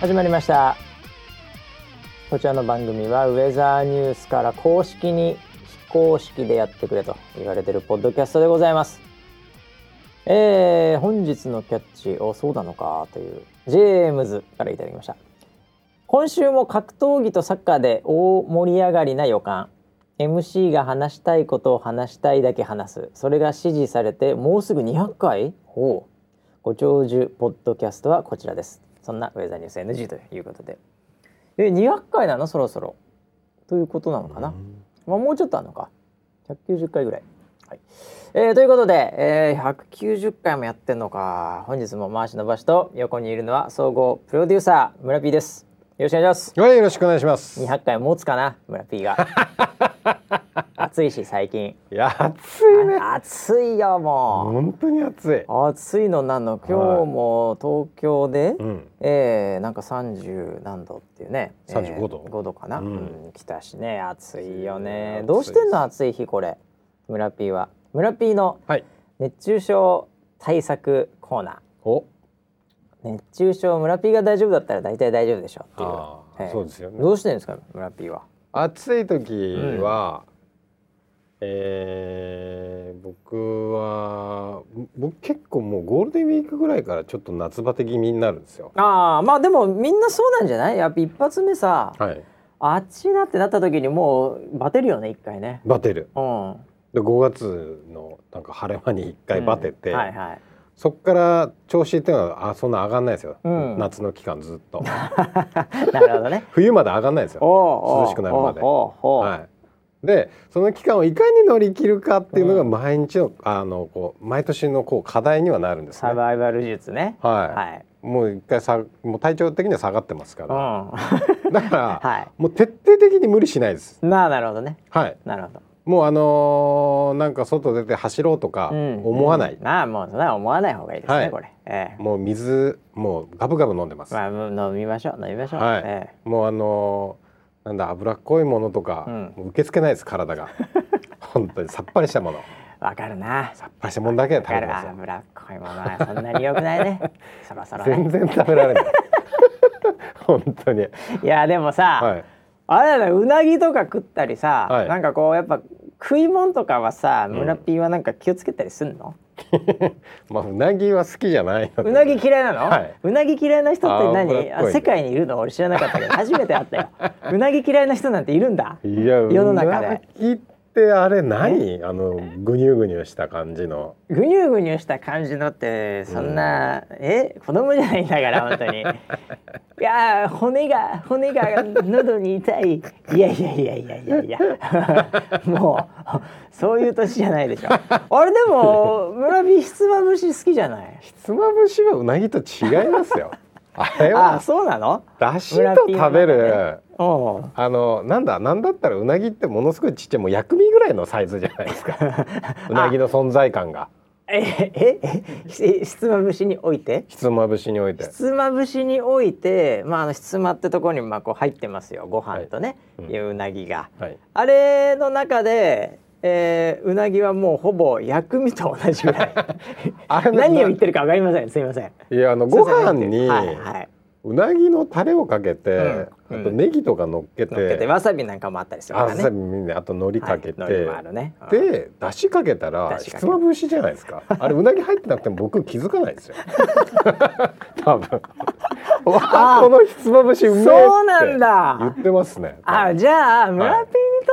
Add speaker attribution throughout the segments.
Speaker 1: 始まりましたこちらの番組はウェザーニュースから公式に非公式でやってくれと言われてるポッドキャストでございますえー、本日のキャッチおそうなのかというジェームズからいただきました今週も格闘技とサッカーで大盛り上がりな予感 MC が話したいことを話したいだけ話すそれが支持されてもうすぐ200回ほうご長寿ポッドキャストはこちらですそんなウェザーニュース NG ということでえ200回なのそろそろということなのかな、
Speaker 2: うん
Speaker 1: まあ、もうちょっとあるのか190回ぐらい、はいえーということで、えー190回もやってんのか本日も回し伸ばしと横にいるのは総合プロデューサー村 P ですよろしくお願いします
Speaker 2: はい、よろしくお願いします。
Speaker 1: 200回持つかな村 P が暑いし最近
Speaker 2: いや、暑いね。
Speaker 1: 暑いよも
Speaker 2: 本当に暑い。
Speaker 1: う、暑いのなんの今日も東京で、
Speaker 2: うん。
Speaker 1: えー、なんか30何度っていうね
Speaker 2: 35度
Speaker 1: えー5度かな、う
Speaker 2: うんん
Speaker 1: 来たしね暑いよね
Speaker 2: 暑い
Speaker 1: どうしてんの暑い日これ村 P は村 P の
Speaker 2: はい。
Speaker 1: 熱中症対策コーナ
Speaker 2: お。
Speaker 1: ー熱中症村 P が大丈夫だったら大体大丈夫でしょっていう
Speaker 2: ああ
Speaker 1: えー
Speaker 2: そうですよね
Speaker 1: どうしてんですか村 P は
Speaker 2: 暑い時は。えー僕は僕結構もうゴールデンウィークぐらいからちょっと夏バテ気味になるんですよ。
Speaker 1: ああまあでもみんなそうなんじゃないやっぱ一発目さ、
Speaker 2: はい。
Speaker 1: あっちだってなった時にもうバテるよね一回ね
Speaker 2: バテる。
Speaker 1: うん
Speaker 2: で5月のなんか晴れ間に一回バテて、
Speaker 1: うんはいはい
Speaker 2: そっから調子っていうのはあそんな上がんないですよ、
Speaker 1: うん
Speaker 2: 夏の期間ずっと
Speaker 1: なるほどね
Speaker 2: 冬まで上がんないですよ
Speaker 1: おうおう
Speaker 2: 涼しくなるまで
Speaker 1: おうおうおう
Speaker 2: はい、でその期間をいかに乗り切るかっていうのが毎日の,、あのこう毎年のこう課題にはなるんですね。
Speaker 1: サ
Speaker 2: はい、
Speaker 1: バイバル術ね。はい。
Speaker 2: もう一回さもう体調的には下がってますか
Speaker 1: うん。
Speaker 2: ら、
Speaker 1: は
Speaker 2: だから、もう徹底的に無理しないです。
Speaker 1: い。まあなるほどね。
Speaker 2: はい、
Speaker 1: なるほど。
Speaker 2: もうあのーなんか外出て走ろうとか
Speaker 1: うん
Speaker 2: 思わない、
Speaker 1: うんまあもうそんな思わない方がいいです
Speaker 2: は
Speaker 1: ね
Speaker 2: い
Speaker 1: これ。ええ。
Speaker 2: もう水もうガブガブ飲んでます、
Speaker 1: まあもう飲みましょう飲みましょう。
Speaker 2: はい
Speaker 1: ええ
Speaker 2: もうあのーなんだ脂っこいものとか、
Speaker 1: うん
Speaker 2: もう受け付けないです体 が本当にさっぱりしたもの
Speaker 1: わかるな。
Speaker 2: さっぱりしたものだけ
Speaker 1: わ
Speaker 2: で食
Speaker 1: か
Speaker 2: べて
Speaker 1: る。
Speaker 2: ますよ
Speaker 1: 脂っこいものはそんなに良くない ね。そろそろ
Speaker 2: 全
Speaker 1: ね。
Speaker 2: 然食べら れない本当に
Speaker 1: いやでもさ、
Speaker 2: はい
Speaker 1: あれだねうなぎとか食ったりさ、
Speaker 2: はい
Speaker 1: なんかこうやっぱ食い物とかはさ、
Speaker 2: ん
Speaker 1: 村ピーはなんか気をつけたりすんの？
Speaker 2: まあうなぎは好きじゃないので
Speaker 1: うなぎ嫌いなの、
Speaker 2: はいう
Speaker 1: なぎ嫌いな人って
Speaker 2: あ
Speaker 1: 何
Speaker 2: ー
Speaker 1: あ世界にいるの俺知らなかったけど初めて会 ったようなぎ嫌いな人なんているんだ
Speaker 2: いや
Speaker 1: 世の中で
Speaker 2: うなぎってあれ何あのぐにゅうぐにゅうした感じの
Speaker 1: ぐにゅうぐにゅうした感じのってそんな、え子供じゃないんだから本当 にいやー骨が骨が喉に痛いいやいやいやいやいやいや もうそういう年じゃないで しょあれでも村ビひつまぶし好きじゃない
Speaker 2: ひつまぶしはうなぎと違いますよ あれ
Speaker 1: あ
Speaker 2: は
Speaker 1: そうなの
Speaker 2: だしと食
Speaker 1: 裏
Speaker 2: べ
Speaker 1: ピー
Speaker 2: る
Speaker 1: おう
Speaker 2: あのなんだなんだったらうなぎってものすごいちっちゃいもう薬味ぐらいのサイズじゃないですか うなぎの存在感が
Speaker 1: えええひひつまぶしにおいて
Speaker 2: ひつまぶしにおいて
Speaker 1: ひつまぶしにおいて、まあ、あのひつまってところにまあこう入ってますよご飯とね、
Speaker 2: はいううん
Speaker 1: なぎが。
Speaker 2: はい
Speaker 1: あれの中で、えーうなぎはもうほぼ薬味と同じぐ らい
Speaker 2: あれ
Speaker 1: 何を言ってるか分かりませんすいません。
Speaker 2: いやあのご飯
Speaker 1: すい
Speaker 2: に、
Speaker 1: ませんはいはいう
Speaker 2: なぎのタレをかけて、
Speaker 1: うん
Speaker 2: あとネギとか乗っけて、
Speaker 1: 乗っけてわさびなんかもあったりするか
Speaker 2: あ
Speaker 1: らね
Speaker 2: さ。みんなあと海苔かけて、
Speaker 1: はい海苔もあるねうん
Speaker 2: でだしかけたら
Speaker 1: だし
Speaker 2: ひ
Speaker 1: かけ
Speaker 2: つまぶしじゃないですか。あれうなぎ入ってなくても僕気づかないです よ。多分。わあこのひつまぶしうめえって
Speaker 1: そうなんだ
Speaker 2: 言ってますね。
Speaker 1: あじゃあ村ピーに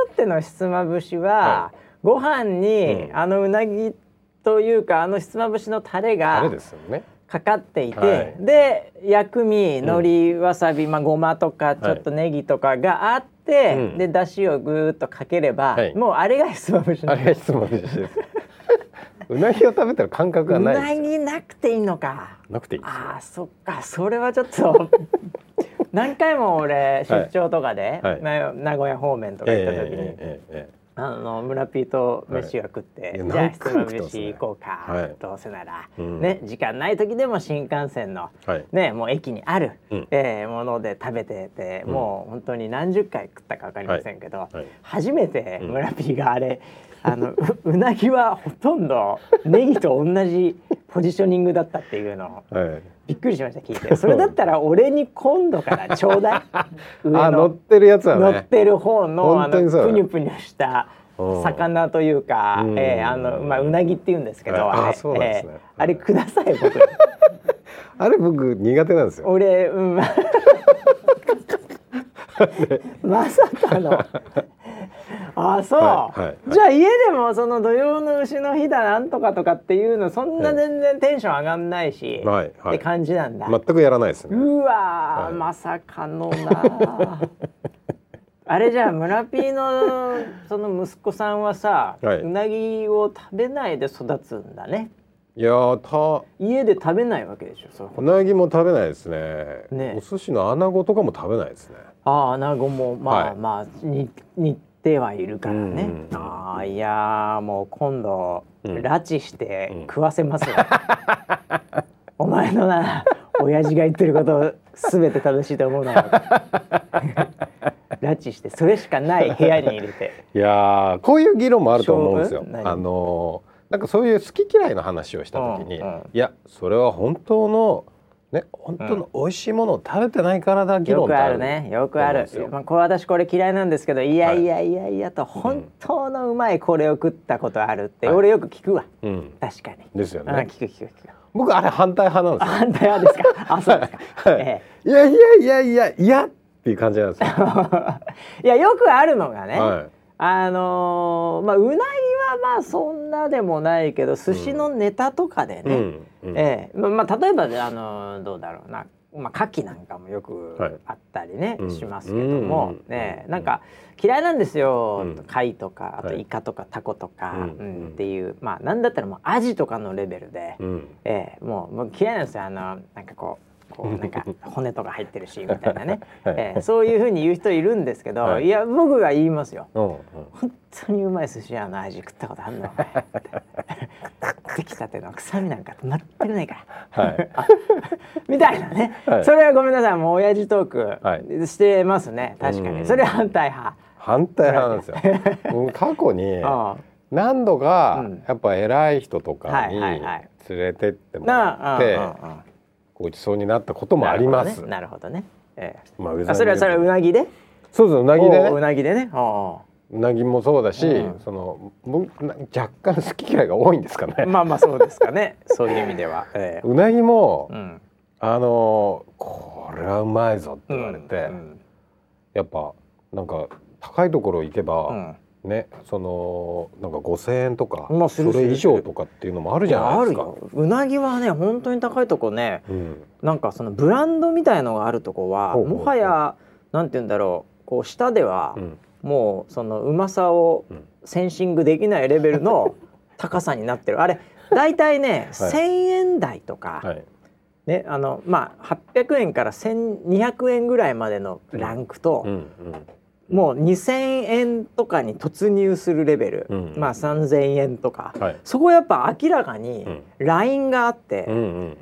Speaker 1: とってのひつまぶしは、
Speaker 2: は
Speaker 1: ご飯に、
Speaker 2: うん
Speaker 1: あのうなぎというかあのひつまぶしのタレ
Speaker 2: あ
Speaker 1: が
Speaker 2: れですよね。
Speaker 1: かかっていて、
Speaker 2: はい
Speaker 1: で薬味海苔わさび、まあ、ごまとかちょっとネギとかがあって、
Speaker 2: うん
Speaker 1: でだしをぐーっとかければ、
Speaker 2: はい
Speaker 1: もうあれがひつまぶし
Speaker 2: あれがひつまぶしです。うなぎを食べたら感覚が
Speaker 1: う
Speaker 2: ない
Speaker 1: な
Speaker 2: です
Speaker 1: ぎ
Speaker 2: よ。
Speaker 1: なくていいのか
Speaker 2: なくていいですよ。
Speaker 1: あーそっかそれはちょっ と何回も俺出張とかで、
Speaker 2: はい
Speaker 1: まあ名古屋方面とか行った時に、
Speaker 2: ええええ
Speaker 1: あの村ピーと飯が食って、
Speaker 2: いや
Speaker 1: じゃあ
Speaker 2: 何
Speaker 1: ひつ
Speaker 2: 回
Speaker 1: ま
Speaker 2: も
Speaker 1: ぶ
Speaker 2: 食ってますね
Speaker 1: し行こうか、
Speaker 2: はい
Speaker 1: どうせなら、
Speaker 2: うん
Speaker 1: ね時間ない時でも新幹線の、
Speaker 2: はい
Speaker 1: ねもう駅にある、
Speaker 2: うん
Speaker 1: えーもので食べてて、
Speaker 2: うん
Speaker 1: もう本当に何十回食ったかわかりませんけど、
Speaker 2: いはい
Speaker 1: 初めて 村ピーがあれ、あのううなぎはほとんどネギと同じポジショニングだったっていうのを
Speaker 2: はい。
Speaker 1: びっくりしました聞いてそれだったら俺に今度からちょうだ い上
Speaker 2: あ乗
Speaker 1: の
Speaker 2: ってるやつは
Speaker 1: 乗
Speaker 2: ね。
Speaker 1: ってる方のあ
Speaker 2: 本当にそ
Speaker 1: の
Speaker 2: うだ
Speaker 1: ぷに
Speaker 2: ね
Speaker 1: ゅぷにゅした
Speaker 2: うん
Speaker 1: 魚というか、
Speaker 2: うん
Speaker 1: えーあのまあ、うなぎっていうんですけど、
Speaker 2: あ
Speaker 1: あれ
Speaker 2: そうなんですね
Speaker 1: えーあれください 僕
Speaker 2: あれ僕苦手なんですよ。
Speaker 1: 俺、 うん、まさかのあそう、
Speaker 2: はいはいはい
Speaker 1: じゃあ家でもその土曜の牛の日だなんとかとかっていうのそんな全然テンション上がんないし、
Speaker 2: はいはい
Speaker 1: って感じなんだ、
Speaker 2: 全くやらないですね。
Speaker 1: うわー、
Speaker 2: はい
Speaker 1: まさかのな あれじゃあ村ピーのその息子さんはさ、
Speaker 2: はいう
Speaker 1: なぎを食べないで育つんだね
Speaker 2: いやー
Speaker 1: 家で食べないわけでしょそれ
Speaker 2: たうなぎも食べないですね。
Speaker 1: ね
Speaker 2: お寿司の穴子とかも食べないですね。
Speaker 1: ああ穴子もまあ、
Speaker 2: はい
Speaker 1: まあに似てはいるからね、
Speaker 2: うんうん
Speaker 1: ああいやーもう今度、
Speaker 2: うん
Speaker 1: 拉致して
Speaker 2: うん
Speaker 1: 食わせますよ、 お前のな親父が言ってること全て正しいと思うなよ 拉致してそれしかない部屋に入れて
Speaker 2: いやーこういう議論もあると思うんですよ
Speaker 1: 勝負。何
Speaker 2: あのーなんかそういう好き嫌いの話をした時に、
Speaker 1: うんうん
Speaker 2: いやそれは本当のね本当の美味しいものを食べてないから だ議
Speaker 1: よ
Speaker 2: 論って
Speaker 1: く
Speaker 2: あ
Speaker 1: あ
Speaker 2: る
Speaker 1: るねよくあ
Speaker 2: そうなん
Speaker 1: る
Speaker 2: ですよ
Speaker 1: まあ、これ私これ嫌いなんですけどいや
Speaker 2: はい
Speaker 1: いやいやいやと、本当のうまいこれを食ったことあるって、
Speaker 2: はい
Speaker 1: 俺よく聞くわ
Speaker 2: うん、
Speaker 1: 確かに、
Speaker 2: ですよ
Speaker 1: あ
Speaker 2: ね。
Speaker 1: 聞く聞く聞く
Speaker 2: 僕あれ反対派なんですよ。
Speaker 1: 反対派ですか。あ、そうですか。
Speaker 2: はい
Speaker 1: え
Speaker 2: いやいやいやいやいやっていう感じなんですよ。
Speaker 1: えいや、よくあるのがね。
Speaker 2: はい
Speaker 1: あのーまあ、うなぎはまあ、そんなでもないけど、寿司のネタとかでね。
Speaker 2: うんうん
Speaker 1: ええまあ、まあ、例えばね、あのーどうだろうな。まあ、牡蠣なんかもよ
Speaker 2: はい
Speaker 1: くあったりね、
Speaker 2: うん
Speaker 1: しますけども、
Speaker 2: うん
Speaker 1: ねえ
Speaker 2: うん
Speaker 1: なんか嫌いなんですよ、
Speaker 2: うん
Speaker 1: 貝とかあと
Speaker 2: はい
Speaker 1: イカとかタコとか、
Speaker 2: うん
Speaker 1: うんっていうまあなんだったらもうアジとかのレベルで、
Speaker 2: うん
Speaker 1: ええもうもう嫌いなんですよあのなんかこう こうなんか骨とか入ってるしみたいなね、
Speaker 2: はい
Speaker 1: ええそういうふうに言う人いるんですけど、
Speaker 2: はい
Speaker 1: い、や僕が言いますよ
Speaker 2: うんうん
Speaker 1: 本当にうまい寿司屋の味食ったことあんのお前食ってきたての臭みなんか全くないから
Speaker 2: はい。
Speaker 1: みたいなね、
Speaker 2: はい
Speaker 1: それはごめんなさいもう親父ト
Speaker 2: は
Speaker 1: ークしてますね、確か
Speaker 2: うん
Speaker 1: にそれは反対派
Speaker 2: 反対派なんです よ。うん過去に
Speaker 1: あ
Speaker 2: 何度か
Speaker 1: うん
Speaker 2: やっぱ偉い人とかに
Speaker 1: はいはいは
Speaker 2: 連
Speaker 1: い
Speaker 2: れてって
Speaker 1: あ
Speaker 2: も
Speaker 1: な
Speaker 2: ら
Speaker 1: あ
Speaker 2: って
Speaker 1: うんうんうん
Speaker 2: ごちそうになったこともあります。
Speaker 1: なるほどねなるほどね、ええ
Speaker 2: まあウェザー
Speaker 1: あそれはそれはうなぎで
Speaker 2: そうですうなぎで
Speaker 1: おう
Speaker 2: ね。
Speaker 1: なぎでねおう
Speaker 2: うなぎもそうだし、
Speaker 1: うん
Speaker 2: その僕な若干好き嫌いが多いんですかね。
Speaker 1: まあまあそうですかね。そういう意味では。ええ
Speaker 2: うなぎも、
Speaker 1: うん。
Speaker 2: あのーこれはうまいぞって言われて、
Speaker 1: うん
Speaker 2: やっぱなんか高いところ行けば。
Speaker 1: うん
Speaker 2: ね、そのなんか5,000円とか、
Speaker 1: まあする
Speaker 2: それ以上とかっていうのもある
Speaker 1: い
Speaker 2: じゃ
Speaker 1: や
Speaker 2: な
Speaker 1: あ
Speaker 2: い
Speaker 1: る
Speaker 2: ですか。
Speaker 1: よ。うなぎはね本当に高いとこね、
Speaker 2: うん、
Speaker 1: なんかそのブランドみたいのがあるとこは
Speaker 2: ほうほうほう
Speaker 1: もはやなんて言うんだろう。こう下では
Speaker 2: うん
Speaker 1: もうそのうまさを
Speaker 2: うん
Speaker 1: センシングできないレベルの 高さになってる。あれだいたいね、
Speaker 2: はい
Speaker 1: 1,000円台とか、
Speaker 2: はい、
Speaker 1: ねあのまあ800円から1,200円ぐらいまでのランクと。
Speaker 2: うんうん、
Speaker 1: もう2,000円とかに突入するレベル、
Speaker 2: うん
Speaker 1: まあ3,000円とか、
Speaker 2: はい、
Speaker 1: そこやっぱ明らかに
Speaker 2: うん
Speaker 1: ラインがあって、
Speaker 2: うんうん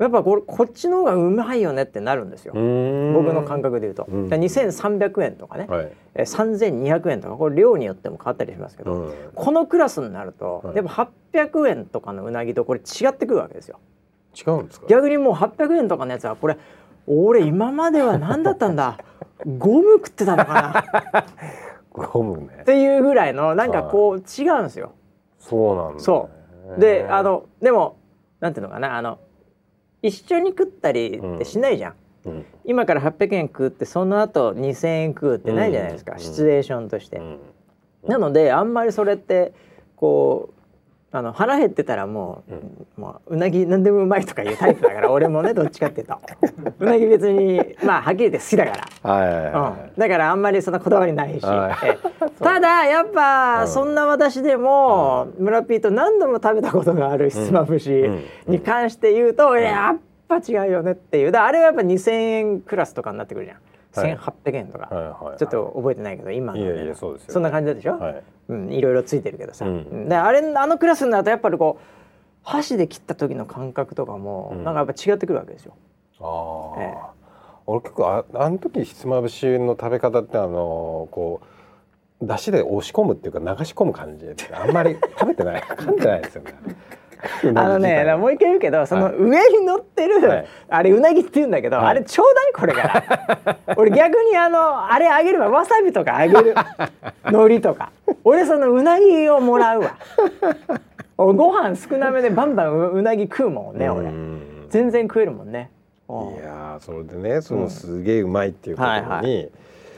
Speaker 1: やっぱこれこっちの方がうまいよねってなるんですよ、
Speaker 2: うん、
Speaker 1: 僕の感覚で言うと、
Speaker 2: うん
Speaker 1: だから2,300円とかね、
Speaker 2: はい、
Speaker 1: えー3,200円とかこれ量によっても変わったりしますけ
Speaker 2: う
Speaker 1: ど、
Speaker 2: ん、
Speaker 1: このクラスになると、
Speaker 2: はい
Speaker 1: やっぱ800円とかのうなぎとこれ違ってくるわけですよ。
Speaker 2: 違うんですか。
Speaker 1: 逆にもう800円とかのやつはこれ俺今までは何だったんだ ゴム食ってたのかな
Speaker 2: ゴムね
Speaker 1: っ。ていうぐらいのなんかこう違うんですよ。
Speaker 2: そうなんだ、ね。
Speaker 1: そであ、のでもなんていうのかなあの一緒に食ったりってしないじゃん。
Speaker 2: うん
Speaker 1: 今から800円食ってその後2,000円食うってないじゃないですか、
Speaker 2: うん
Speaker 1: シチュエーションとして。
Speaker 2: うん、
Speaker 1: なのであんまりそれってこうあの腹減ってたらもう,、
Speaker 2: う
Speaker 1: うんもううなぎ何でもうまいとかいうタイプだから 俺もねどっちかっていうとうなぎ別にまあはっきり言って好きだから。
Speaker 2: はいはいはいは
Speaker 1: うん、だからあんまりそんなこだわりないし、
Speaker 2: はい
Speaker 1: ええただやっ
Speaker 2: う
Speaker 1: ぱ
Speaker 2: ん
Speaker 1: そんな私でも、村ピーと何度も食べたことがあるひつまぶし
Speaker 2: うん
Speaker 1: に関して言うと、やっぱ違うよねっていうだからあれはやっぱ2,000円クラスとかになってくるじゃん、
Speaker 2: はい
Speaker 1: 1800円とか、
Speaker 2: い、はいはい、
Speaker 1: ちょっと覚えてないけど今の、ね、
Speaker 2: いやいやそうですよ
Speaker 1: んな感じでしょ、
Speaker 2: はい、
Speaker 1: うん、いろいろついてるけどさ、
Speaker 2: う
Speaker 1: うんんであれあのクラスになるとやっぱりこう箸で切った時の感覚とかも、
Speaker 2: うん
Speaker 1: なんかやっぱ違ってくるわけですよ。
Speaker 2: ああ、
Speaker 1: ええ
Speaker 2: 俺結構ああの時ひつまぶしの食べ方ってあのこ う出汁で押し込むっていうか流し込む感じであんまり食べてない感じないですよね。うなぎ
Speaker 1: あの
Speaker 2: 自
Speaker 1: ね
Speaker 2: 体は
Speaker 1: もう一回言うけどその
Speaker 2: はい
Speaker 1: 上に乗ってる、
Speaker 2: はい
Speaker 1: あれうなぎって言うんだけど、
Speaker 2: はい
Speaker 1: あれちょうだいこれから 俺逆にあのあれあげればわさびとかあげる海苔とか俺そのうなぎをもらうわ俺ご飯少なめでバンバンううなぎ食うもんね
Speaker 2: う
Speaker 1: 俺
Speaker 2: ん
Speaker 1: 全然食えるもんねうん
Speaker 2: いやーそれでねそのすげえうまいっていうことに、
Speaker 1: はいはい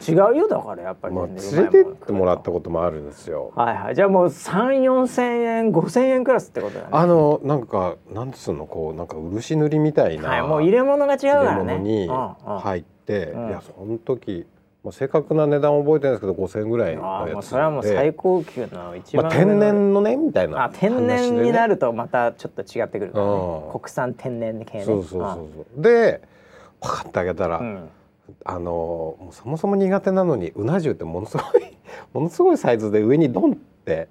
Speaker 1: 違うよだからやっぱり
Speaker 2: まあ、
Speaker 1: 全然うまい
Speaker 2: 連れて
Speaker 1: もん
Speaker 2: ってもらったこともあるんですよ。
Speaker 1: はいはいじゃあもう3 4千円5千円クラスってことだね
Speaker 2: あのなんかなんつうのこうなんか漆塗りみたいな、
Speaker 1: はい、もう入れ物が違う
Speaker 2: 入
Speaker 1: か
Speaker 2: れ
Speaker 1: らね
Speaker 2: 物に
Speaker 1: うんうん
Speaker 2: 入って、
Speaker 1: うん
Speaker 2: いやその時、まあ、正確な値段覚えてないですけど5000円ぐらい
Speaker 1: あ
Speaker 2: の
Speaker 1: あも
Speaker 2: や
Speaker 1: う
Speaker 2: つ
Speaker 1: それはもう最高級の一番
Speaker 2: まあ、
Speaker 1: 上の、
Speaker 2: 天然のねみたいな
Speaker 1: あ天然にな
Speaker 2: る
Speaker 1: るとまたちょっと違ってくるからね、
Speaker 2: うん
Speaker 1: 国産天然系ね
Speaker 2: そうそうそうそうでパカッてあげたら、
Speaker 1: うんうん
Speaker 2: あのもうそもそも苦手なのにうな重ってものすごい ものすごいサイズで上にドンって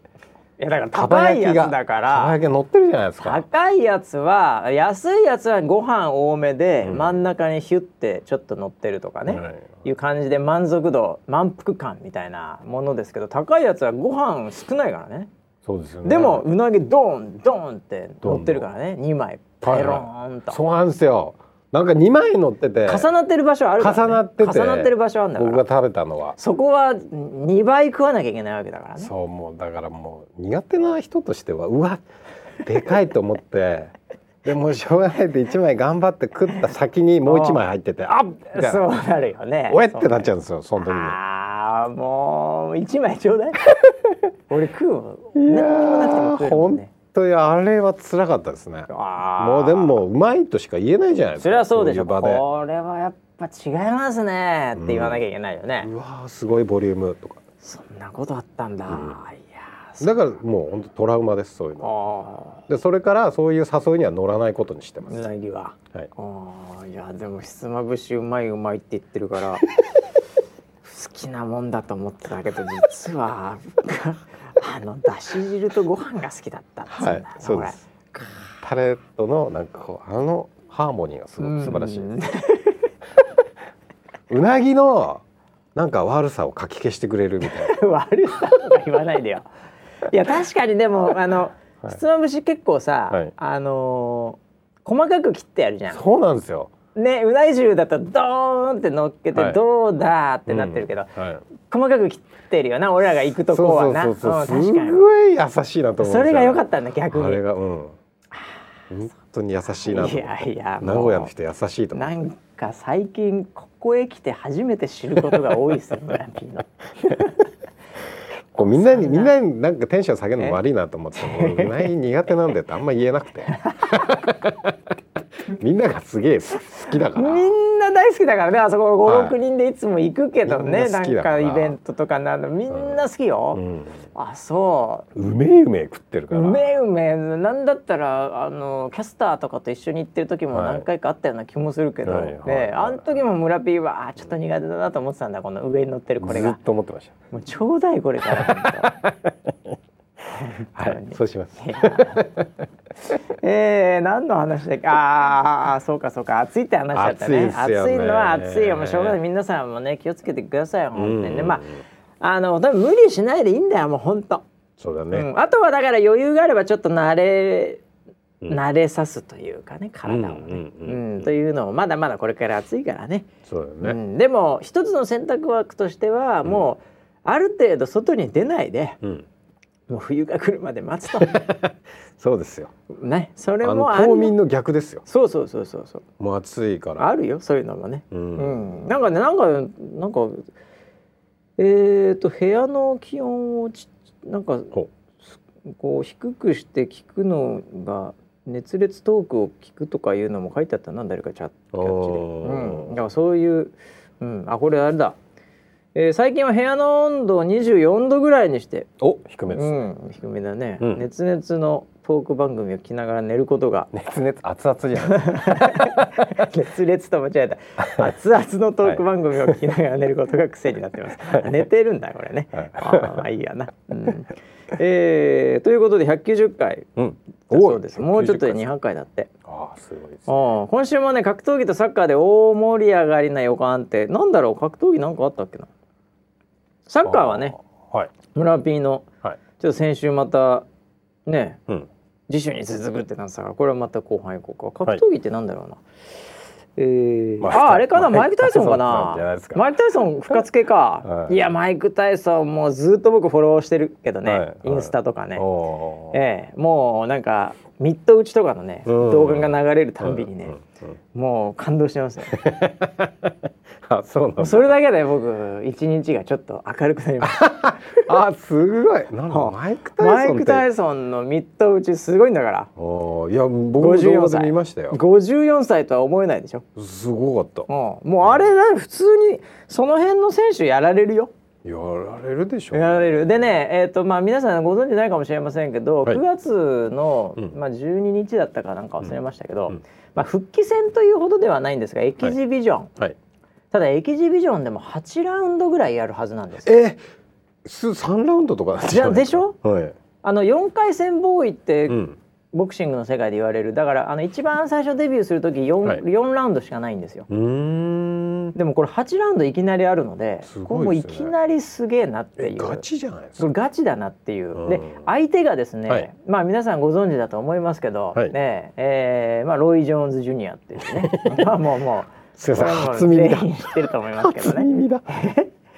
Speaker 1: いやだから
Speaker 2: かば
Speaker 1: 高いや
Speaker 2: き
Speaker 1: つ
Speaker 2: が
Speaker 1: だか
Speaker 2: 蒲
Speaker 1: ら
Speaker 2: 焼きが乗ってるじゃないですか。
Speaker 1: 高いやつは安いやつはご飯多めで、
Speaker 2: うん
Speaker 1: 真ん中にヒュッてちょっと乗ってるとかね、
Speaker 2: はい
Speaker 1: い、う感じで満足度満腹感みたいなものですけど高いやつはご飯少ないからね
Speaker 2: そうですよね
Speaker 1: でもうなぎドーンドーンって乗ってるからね2枚ペロ
Speaker 2: はいはい
Speaker 1: ーンと、
Speaker 2: そうなんですよ。なんか二枚乗ってて
Speaker 1: 重なってる場所あるから、ね、
Speaker 2: 重なってて
Speaker 1: 重なってる場所あるんだか
Speaker 2: 僕
Speaker 1: ら
Speaker 2: が食べたのは。
Speaker 1: そこは2倍食わなきゃいけないわけだからね
Speaker 2: そうもうだからもう苦手な人としてはうわでかいと思って でもうしょうがないで一枚頑張って食った先にもう一枚入っててあっみたいな
Speaker 1: そうなるよね
Speaker 2: おえってなっちゃうんですよその時に。
Speaker 1: ああもう1枚ち ょうだい俺食うわ
Speaker 2: い
Speaker 1: 何に
Speaker 2: や
Speaker 1: もなくても食
Speaker 2: ー
Speaker 1: えるもん
Speaker 2: 本
Speaker 1: ね
Speaker 2: 当にあれは辛かったですね。
Speaker 1: あー
Speaker 2: もうでももううまいとしか言えないじゃないですか。
Speaker 1: それはそうでしょ
Speaker 2: こい場で。
Speaker 1: これはやっぱ違いますねって言わなきゃいけないよね、
Speaker 2: うわーすごいボリュームとか。
Speaker 1: そんなことあったんだ、
Speaker 2: うん
Speaker 1: いやー
Speaker 2: だからもう本当トラウマですそういうの。
Speaker 1: あ
Speaker 2: でそれからそういう誘いには乗らないことにしてま
Speaker 1: ーう
Speaker 2: す。
Speaker 1: なぎは
Speaker 2: はい。
Speaker 1: あーいやでもひつまぶしうまいうまいって言ってるから 好きなもんだと思ってたけど実は あのだし汁とご飯が好きだったっつうんだ
Speaker 2: はい
Speaker 1: よな、
Speaker 2: そうです。タレとのなんかこうあのハーモニーがす
Speaker 1: これ
Speaker 2: ごく素晴らしい。
Speaker 1: うん
Speaker 2: うなぎのなんか悪さをかき消してくれるみたい な。
Speaker 1: 悪さとか言わないでよいや確かにでもあの、
Speaker 2: はい
Speaker 1: ひつまぶし結構さ、
Speaker 2: はい
Speaker 1: あのー細かく切ってやるじゃん
Speaker 2: そうなんですよ。
Speaker 1: ねうな重だとドーンって乗っけて、
Speaker 2: はい
Speaker 1: どうだーってなってるけど、
Speaker 2: うんはい
Speaker 1: 細かく切ってるよな俺らが行くとこはな
Speaker 2: そうそうそううそうんす
Speaker 1: 確かに
Speaker 2: ごい優しいなと思うんですよ
Speaker 1: それが良かったんだ逆に
Speaker 2: あれがうん本当に優しいなと
Speaker 1: い
Speaker 2: 思っ
Speaker 1: や
Speaker 2: て
Speaker 1: いや
Speaker 2: 名古屋の人優しいと
Speaker 1: もう
Speaker 2: 思っ
Speaker 1: なんか最近ここへ来て初めて知ることが多いですよ村ピー の
Speaker 2: こうみんなに
Speaker 1: そん
Speaker 2: み
Speaker 1: なん
Speaker 2: なになんかテンション下げるの悪いなと思ってもううなぎ苦手なんでってあんま言えな くてみんながすげえ好きだから
Speaker 1: みんな大好きだからねあそこ56、
Speaker 2: はい
Speaker 1: 人でいつも行くけどね
Speaker 2: みんな
Speaker 1: な
Speaker 2: 好きだ
Speaker 1: ん
Speaker 2: か
Speaker 1: からイベントとかなんだみんな好きよ、
Speaker 2: うん
Speaker 1: あそう
Speaker 2: めいうめえ食ってる
Speaker 1: う
Speaker 2: から
Speaker 1: うめえうめえなんだったらあのキャスターとかと一緒に行ってる時も
Speaker 2: はい
Speaker 1: 何回かあったような気もするけど、
Speaker 2: はいはい
Speaker 1: ねあの時も村ピーはあちょっと苦手だなと思ってたんだこの上に乗ってるこれ
Speaker 2: ずっ
Speaker 1: が
Speaker 2: と思ってまし
Speaker 1: もうちょうだいこれから本
Speaker 2: た
Speaker 1: 当
Speaker 2: は
Speaker 1: に
Speaker 2: いそうします
Speaker 1: いやーえー、何の話だっけあーあーそうかそうか暑いって話だったね
Speaker 2: 暑いっすよ
Speaker 1: 暑
Speaker 2: ね
Speaker 1: いのは暑いよもうしょうがない皆さんもね気をつけてください本当にね、
Speaker 2: うん
Speaker 1: まああの多分無理しないでいいんだよもう本当、
Speaker 2: そうだ
Speaker 1: う
Speaker 2: ね
Speaker 1: ん、あとはだから余裕があればちょっと慣れ、
Speaker 2: うん
Speaker 1: 慣れさすというかね体をね、
Speaker 2: うんうんうんうん
Speaker 1: うんというのをまだまだこれから暑いからね
Speaker 2: そう
Speaker 1: う
Speaker 2: だね
Speaker 1: ん、でも一つの選択枠としてはもう、ある程度外に出ないで
Speaker 2: うん
Speaker 1: もう冬が来るまで待つと
Speaker 2: そうですよ
Speaker 1: ねそれ
Speaker 2: あ
Speaker 1: も
Speaker 2: の
Speaker 1: ある
Speaker 2: 冬眠の逆ですよ
Speaker 1: そうそうそうそうそう
Speaker 2: もう暑いから
Speaker 1: あるよそういうのもね、
Speaker 2: う
Speaker 1: うんんなんかねなんかなんかえっ、と部屋の気温をちなんか
Speaker 2: ほ
Speaker 1: こう低くして聞くのが熱烈トークを聞くとかいうのも書いてあったな誰かチャキャッチで、
Speaker 2: おー
Speaker 1: うん、だからそういう、うん、あこれあれだ、えー最近は部屋の温度を24度ぐらいにして、
Speaker 2: お低めです、
Speaker 1: うん、低めだね、
Speaker 2: うん
Speaker 1: 熱々のトーク番組を聞きながら寝ることが
Speaker 2: 熱熱熱々 じゃない
Speaker 1: 熱烈と間違えた熱々のトーク番組を聞きながら寝ることが癖になってます、寝てるんだこれね、
Speaker 2: はい
Speaker 1: あーまあいいやな、うんえーということで190回
Speaker 2: うん
Speaker 1: だそうですもうちょっとで
Speaker 2: に
Speaker 1: 200回だって
Speaker 2: ああすごいですね
Speaker 1: ああ今週もね格闘技とサッカーで大盛り上がりな予感ってなんだろう格闘技なんかあったっけなサッカーはね
Speaker 2: あーはい
Speaker 1: 村 P の
Speaker 2: はい
Speaker 1: ちょっと先週またね
Speaker 2: うん
Speaker 1: 次週に続くってなってたからこれはまた後半いこうか
Speaker 2: はい
Speaker 1: 格闘技ってなんだろうな、えー
Speaker 2: ま
Speaker 1: ああれかな
Speaker 2: ま
Speaker 1: マイク・タイソンか
Speaker 2: マイクタイソンじゃない
Speaker 1: な
Speaker 2: ですか
Speaker 1: マイク・タイソン復活系か、
Speaker 2: はい
Speaker 1: い、やマイク・タイソンもうずっと僕フォローしてるけどね、
Speaker 2: はいはい
Speaker 1: インスタとかね、
Speaker 2: おー
Speaker 1: ええもうなんかミット打ちとかのね、
Speaker 2: うん
Speaker 1: 動画が流れるたんびにね、
Speaker 2: うんうんうん
Speaker 1: もう感動してますね
Speaker 2: あそうなんだ
Speaker 1: それだけで僕一日がちょっと明るくなります
Speaker 2: あすごいなんだ
Speaker 1: はあ
Speaker 2: マイク・タ
Speaker 1: マ
Speaker 2: イ
Speaker 1: イ
Speaker 2: ソンっ
Speaker 1: ク・
Speaker 2: て
Speaker 1: タイソンのミット打ちすごいんだから
Speaker 2: おーいや僕も動
Speaker 1: 54
Speaker 2: 画
Speaker 1: 歳
Speaker 2: で見ましたよ
Speaker 1: 54歳とは思えないでしょ
Speaker 2: すごかった
Speaker 1: もうもうあれだ普通にその辺の選手やられるよ
Speaker 2: やられるでしょ
Speaker 1: やられるでねえっ、とまあ皆さんご存知ないかもしれませんけど、
Speaker 2: はい
Speaker 1: 9月の、
Speaker 2: うん
Speaker 1: まあ、12日だったかなんか忘れましたけど、
Speaker 2: うんうん
Speaker 1: まあ、復帰戦というほどではないんですがエキジビジョン、
Speaker 2: はい
Speaker 1: ただエキジビジョンでも8ラウンドぐらいやるはずなんですよ
Speaker 2: えす3ラウンドとか
Speaker 1: じゃでしょ
Speaker 2: はい、
Speaker 1: あの4回戦ボーイって
Speaker 2: うん、
Speaker 1: ボクシングの世界で言われるだからあの一番最初デビューする時 4,、
Speaker 2: はい
Speaker 1: 4ラウンドしかないんですよ
Speaker 2: うーん
Speaker 1: でもこれ8ラウンドいきなりあるので、
Speaker 2: す
Speaker 1: こ
Speaker 2: ご
Speaker 1: れもう
Speaker 2: いで
Speaker 1: い
Speaker 2: すね
Speaker 1: きなりすげえなって
Speaker 2: え
Speaker 1: いう
Speaker 2: ガチじゃないで
Speaker 1: こ
Speaker 2: すか
Speaker 1: れガチだなっていう、
Speaker 2: うん
Speaker 1: で相手がですね、
Speaker 2: はい
Speaker 1: まあ皆さんご存知だと思いますけど、
Speaker 2: はい
Speaker 1: ねえーまあ、ロイ・ジョーンズ・ジュニアっていう ねまあもうも
Speaker 2: すいうませ
Speaker 1: これは
Speaker 2: ん
Speaker 1: もう
Speaker 2: 初耳だ
Speaker 1: 全員知ってると思いますけど
Speaker 2: 初
Speaker 1: ね
Speaker 2: 耳だ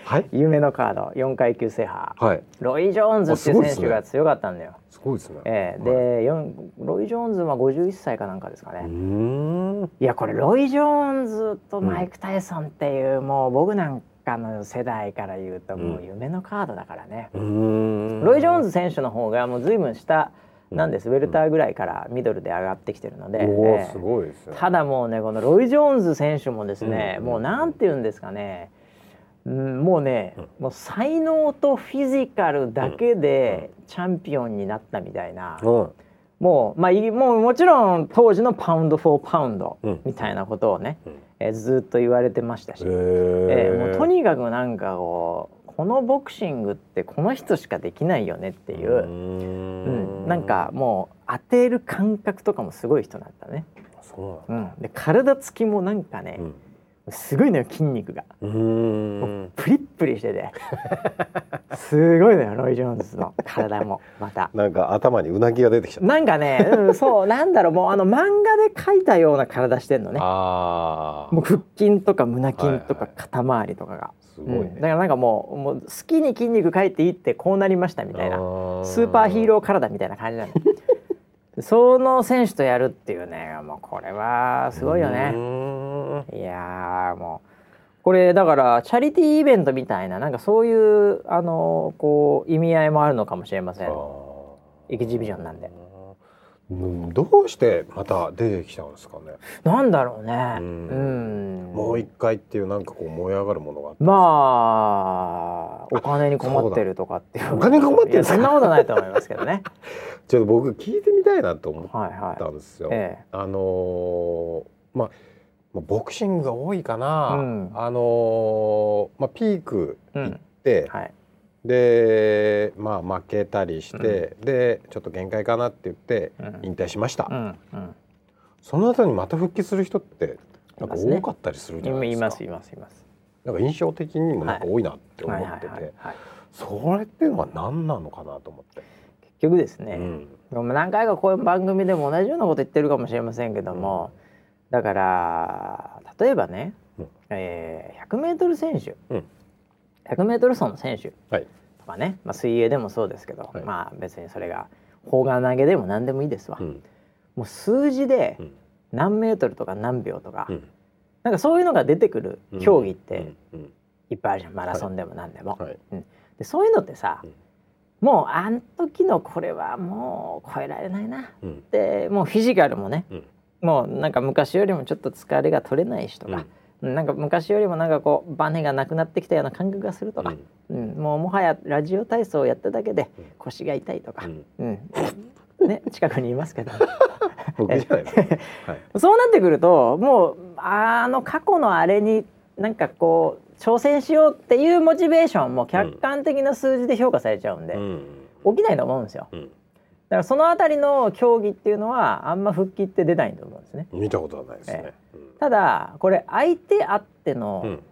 Speaker 2: はい
Speaker 1: 夢のカード4階級制覇
Speaker 2: はい
Speaker 1: ロイ・ジョーンズってい
Speaker 2: あすご
Speaker 1: う
Speaker 2: いです
Speaker 1: 選
Speaker 2: ね
Speaker 1: 手が強かったんだよ。
Speaker 2: すごいですね
Speaker 1: ええ
Speaker 2: はい
Speaker 1: で、四ロイ・ジョーンズは51歳かなんかですかね。
Speaker 2: うーん
Speaker 1: いやこれロイ・ジョーンズとマイク・タイソンっていう、もう僕なんかの世代から言うともう夢のカードだからね、
Speaker 2: うーん
Speaker 1: ロイ・ジョーンズ選手の方がもう随分下なんです、
Speaker 2: うん
Speaker 1: ウェルターぐらいからミドルで上がってきてるので、
Speaker 2: おお
Speaker 1: ええ
Speaker 2: すごいですね
Speaker 1: ただもうねこのロイ・ジョーンズ選手もですね、
Speaker 2: うん
Speaker 1: もうなんて言うんですかね、うん、もうね、
Speaker 2: うん
Speaker 1: もう才能とフィジカルだけでチャンピオンになったみたいな、
Speaker 2: うん
Speaker 1: もうまあいもうもちろん当時のパウンド・フォー・パウンド
Speaker 2: うん
Speaker 1: みたいなことをね、
Speaker 2: うん
Speaker 1: えーずっと言われてましたし、え
Speaker 2: え
Speaker 1: ーもうとにかくなんかこうこのボクシングってこの人しかできないよねっていう。うん、なんかもう当てる感覚とかもすごい人だったね、
Speaker 2: そう
Speaker 1: うん、で体つきもなんかね
Speaker 2: なん、
Speaker 1: すごいのよ筋肉が
Speaker 2: うん、うーん
Speaker 1: プリップリしててすごいのよロイ・ジョーンズの体もまた
Speaker 2: なんか頭にうなぎが出てきちゃった
Speaker 1: なんかね、うん、そう なんだろうもうあの漫画で描いたような体してんのね
Speaker 2: ああ
Speaker 1: もう腹筋とか胸筋とか
Speaker 2: はいはい
Speaker 1: 肩周りとかが、
Speaker 2: すごい
Speaker 1: うんだか
Speaker 2: ね
Speaker 1: らなんかもうもう好きに筋肉描いていいってこうなりましたみたいなスーパーヒー
Speaker 2: ー
Speaker 1: ロー体みたいな感 じなのその選手とやるっていうねもうこれはすごいよね
Speaker 2: ね
Speaker 1: いやーもうこれだからチャリティーイベントみたいななんかそういうあのこう意味合いもあるのかもしれませんエキジビジョンなんで
Speaker 2: うんどうしてまた出てきたんですかね
Speaker 1: なんだろうね
Speaker 2: う
Speaker 1: うんん
Speaker 2: もう一回っていうなんかこう燃え上がるものがあって
Speaker 1: まあお金に困ってるとかっていう
Speaker 2: お金に困ってるん
Speaker 1: い
Speaker 2: です
Speaker 1: や
Speaker 2: か
Speaker 1: そんなことないと思いますけどね
Speaker 2: ちょっと僕聞いてみたいなと思っ
Speaker 1: はいはい
Speaker 2: たんですよ、
Speaker 1: え
Speaker 2: あのーまあまあボクシングが多いかな、
Speaker 1: うん
Speaker 2: あのーまあ、ピーク
Speaker 1: えう
Speaker 2: 行っ
Speaker 1: ん
Speaker 2: て、
Speaker 1: はい
Speaker 2: でまあ負けたりして、でちょっと限界かなって言って
Speaker 1: うん
Speaker 2: 引退しました、
Speaker 1: うんうん
Speaker 2: その後にまた復帰する人ってなんか
Speaker 1: いますね
Speaker 2: 多かったりするじゃない
Speaker 1: 今
Speaker 2: で
Speaker 1: い
Speaker 2: すか
Speaker 1: ますいますいます
Speaker 2: なんか印象的にもなんか多いなって思
Speaker 1: はい
Speaker 2: っ
Speaker 1: はい
Speaker 2: て
Speaker 1: はい
Speaker 2: て
Speaker 1: はい
Speaker 2: それっていうのは何なのかなと思って、
Speaker 1: 結局です
Speaker 2: う
Speaker 1: ね、
Speaker 2: ん
Speaker 1: でも何回かこういう番組でも同じようなこと言ってるかもしれませんけども、だから例えばね、
Speaker 2: うん
Speaker 1: えー 100m 選手、
Speaker 2: うん
Speaker 1: 100m 走の選手
Speaker 2: はい
Speaker 1: とかね、まあ、水泳でもそうですけど、
Speaker 2: はい
Speaker 1: まあ別にそれが砲丸投げでも何でもいいですわ、
Speaker 2: うん
Speaker 1: もう数字で
Speaker 2: うん
Speaker 1: 何メートルとか何秒とか、
Speaker 2: うん
Speaker 1: なんかそういうのが出てくる競技っ
Speaker 2: う
Speaker 1: て
Speaker 2: んうん
Speaker 1: いっぱいあるじゃんマラソンでも何でも、
Speaker 2: はい
Speaker 1: でそういうのってさ、
Speaker 2: うん
Speaker 1: もうあん時のこれはもう超えられないな
Speaker 2: うん
Speaker 1: でもうフィジカルもね、
Speaker 2: うん
Speaker 1: もうなんか昔よりもちょっと疲れが取れないしと
Speaker 2: うん
Speaker 1: か、なんか昔よりもなんかこうバネがなくなってきたような感覚がすると
Speaker 2: う
Speaker 1: か
Speaker 2: ん、
Speaker 1: うんもうもはやラジオ体操をやっただけで
Speaker 2: うん
Speaker 1: 腰が痛いとか
Speaker 2: う、ん
Speaker 1: うんね、近くにいますけど
Speaker 2: 僕じゃないですか、はい
Speaker 1: そうなってくるともうあの過去のあれになんかこう挑戦しようっていうモチベーションも客観的な数字で評価されちゃうんで、
Speaker 2: うん
Speaker 1: 起きないと思うんですよ。
Speaker 2: うん
Speaker 1: だからそのあたりの競技っていうのはあんま復帰って出ないと思うんですね。
Speaker 2: 見たことはないですね、うん
Speaker 1: ただこれ相手あって
Speaker 2: う
Speaker 1: の
Speaker 2: ん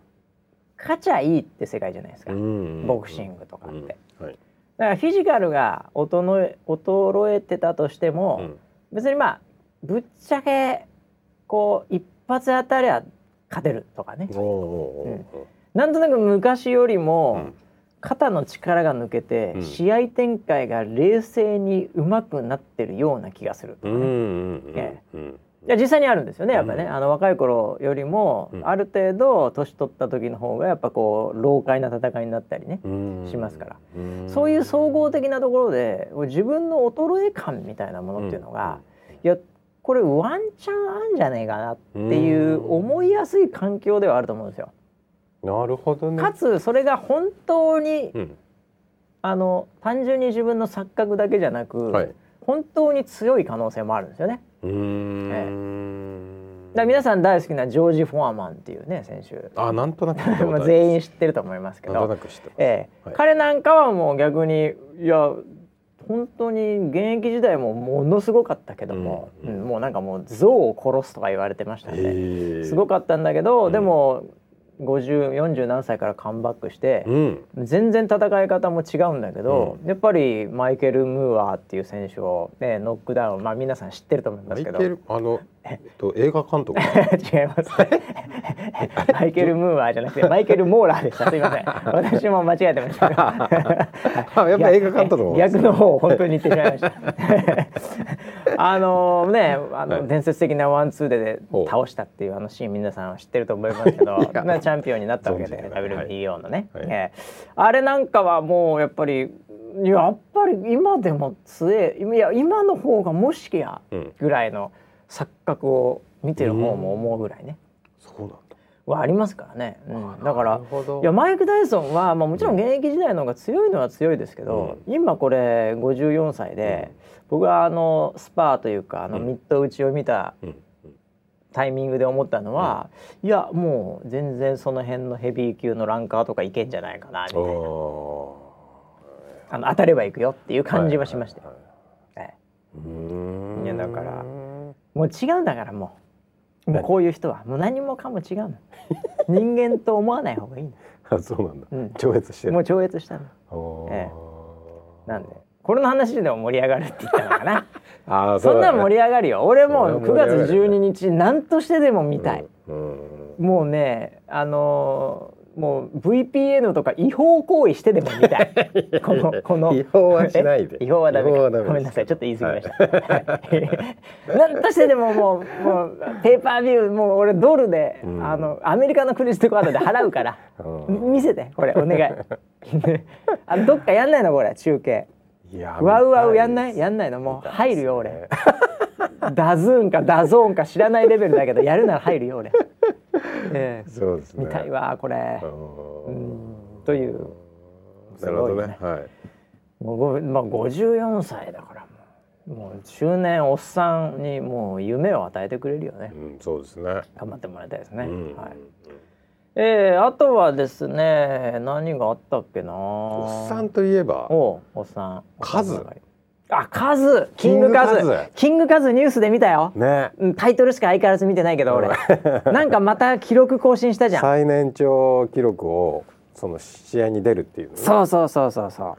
Speaker 1: 勝ちゃいいって世界じゃないですか、
Speaker 2: うん
Speaker 1: ボクシングとかって、
Speaker 2: うんはい
Speaker 1: だからフィジカルが衰え衰えてたとしても、
Speaker 2: うん
Speaker 1: 別にまあぶっちゃけこう一発当たりゃ勝てるとかね
Speaker 2: おーおーおー
Speaker 1: なんとなく昔より
Speaker 2: う
Speaker 1: も
Speaker 2: ん
Speaker 1: 肩の力が抜けて、
Speaker 2: うん
Speaker 1: 試合展開が冷静にうまくなってるような気がするとかね、
Speaker 2: うんうんうん
Speaker 1: え
Speaker 2: うん
Speaker 1: いや実際にあるんですよねやっぱりね、
Speaker 2: うん
Speaker 1: あの若い頃よりも、
Speaker 2: うん
Speaker 1: ある程度年取った時の方がやっぱこう老快な戦いになったりね、
Speaker 2: うん
Speaker 1: しますから
Speaker 2: ん
Speaker 1: そういう総合的なところで自分の衰え感みたいなものっていうのが、いやこれワンチャンあんじゃねえかなっていう思いやすい環境ではあると思うんですよ。
Speaker 2: うんなるほどね
Speaker 1: かつそれが本当に
Speaker 2: うん
Speaker 1: あの単純に自分の錯覚だけじゃなく、
Speaker 2: はい
Speaker 1: 本当に強い可能性もあるんですよね。
Speaker 2: うーん
Speaker 1: だから皆さん大好きなジョージ・フォアマンっていうね選手
Speaker 2: あなんとなく聞いたこと
Speaker 1: ま
Speaker 2: あ
Speaker 1: あ
Speaker 2: る
Speaker 1: 全員知ってると思いますけ
Speaker 2: なんと
Speaker 1: ど、
Speaker 2: なく知ってます
Speaker 1: ええ
Speaker 2: はい
Speaker 1: 彼なんかはもう逆にいや本当に現役時代もものすごかったけども、
Speaker 2: うんうん
Speaker 1: うんもうなんかもう象を殺すとか言われてましたんで、すご
Speaker 2: く
Speaker 1: かったんだけど、
Speaker 2: うん
Speaker 1: でも5040何歳からカムバックして、
Speaker 2: うん
Speaker 1: 全然戦い方も違うんだけど、やっぱりマイケル・ムーアっていう選手を、ね、ノックダウンまあ皆さん知ってると思いま
Speaker 2: マ
Speaker 1: す
Speaker 2: イ
Speaker 1: け
Speaker 2: ケ
Speaker 1: ど違い
Speaker 2: ルあのえっと映画監督
Speaker 1: ますねマイケル・ムーアじゃなくてマイケル・モーラーでしたすいま せん私も間違えてましたけど
Speaker 2: あやっぱ映画監督の
Speaker 1: 逆の方を本当に言ってしまいました あのねあの、
Speaker 2: はい
Speaker 1: 伝説的なワンツーで
Speaker 2: ほう
Speaker 1: 倒したっていうあのシーン皆さんは知ってると思いますけ ど
Speaker 2: や
Speaker 1: まあチャンピオンになったわけ
Speaker 2: 存じ
Speaker 1: で
Speaker 2: てない
Speaker 1: WBO のね、
Speaker 2: はい
Speaker 1: ええあれなんかはもうやっぱりやっぱり今でも強えいや今の方がもしきや
Speaker 2: うん
Speaker 1: ぐらいの錯覚を見てる方も思うぐらいね、
Speaker 2: そうなんだ
Speaker 1: はありますからね、うん、だから
Speaker 2: なるほど
Speaker 1: いやマイク・ダイソンは、まあ、もちろん現役時代の方が強いのは強いですけど、今これ54歳で、僕はあのスパーというかあの
Speaker 2: うん
Speaker 1: ミッド打ちを見た
Speaker 2: うんうん
Speaker 1: タイミングで思ったのは、いやもう全然その辺のヘビー級のランカーとかいけんじゃないかなみたいなあの当たればいくよっていう感じはしましたよ、
Speaker 2: よ。はい
Speaker 1: え
Speaker 2: うーん
Speaker 1: いやだからもう違うんだからもうもうこういう人はもう何もかも違うの 人間と思わない方がいいの、
Speaker 2: あ そうなんだ。
Speaker 1: うん
Speaker 2: 超越して
Speaker 1: も
Speaker 2: る。
Speaker 1: う超越したの
Speaker 2: おー
Speaker 1: えなんでこれの話でも盛り上がるって言ったのかな
Speaker 2: あー
Speaker 1: そんなん
Speaker 2: う
Speaker 1: 盛り上がるよ。俺もう
Speaker 2: そ
Speaker 1: 9
Speaker 2: れは盛り上がる
Speaker 1: 月12日何としてでも見
Speaker 2: だ
Speaker 1: たい
Speaker 2: ね。うんうん
Speaker 1: もうね、あのーもう VPN とか違法行為してでも見 たい。このこの
Speaker 2: 違法はしないで
Speaker 1: え違法はダメ
Speaker 2: 違法
Speaker 1: か。
Speaker 2: はダメです
Speaker 1: ごめんなさい、ちょっと言い過ぎました。 何としてでももうもうペーパービューもう俺ドルで、
Speaker 2: うん
Speaker 1: あのアメリカのクレジットカードで払うから。
Speaker 2: うん
Speaker 1: 見せてこれお 願い。あどっかやんないのこれ中継。
Speaker 2: いや
Speaker 1: ワウワウやんないや
Speaker 2: ん
Speaker 1: んないのもう入るよ俺。ダズーンかダゾーンか知らないレベルだけどやるなら入る よ俺、ええ
Speaker 2: そうですね。
Speaker 1: 見たいわこれ
Speaker 2: う、ん。
Speaker 1: うん、という
Speaker 2: なるほど
Speaker 1: すごい
Speaker 2: ね
Speaker 1: ね。
Speaker 2: はい。
Speaker 1: もうご、まあ、54歳だからもうもう中年おっさんにもう夢を与えてくれるよね
Speaker 2: うんそうですね。
Speaker 1: 頑張ってもらいたいですね、
Speaker 2: うん
Speaker 1: はい、ええあとはですね何があったっけな
Speaker 2: お
Speaker 1: お
Speaker 2: っさんといえば
Speaker 1: おうおっさん
Speaker 2: カズ
Speaker 1: あカズキングカズ
Speaker 2: キングカズ
Speaker 1: キングカズニュースで見たよ、
Speaker 2: ね。
Speaker 1: うんタイトルしか相変わらず見てないけど俺なんかまた記録更新したじゃん
Speaker 2: 最年長記録をその試合に出るっていうの を
Speaker 1: そうそうそうそうそう。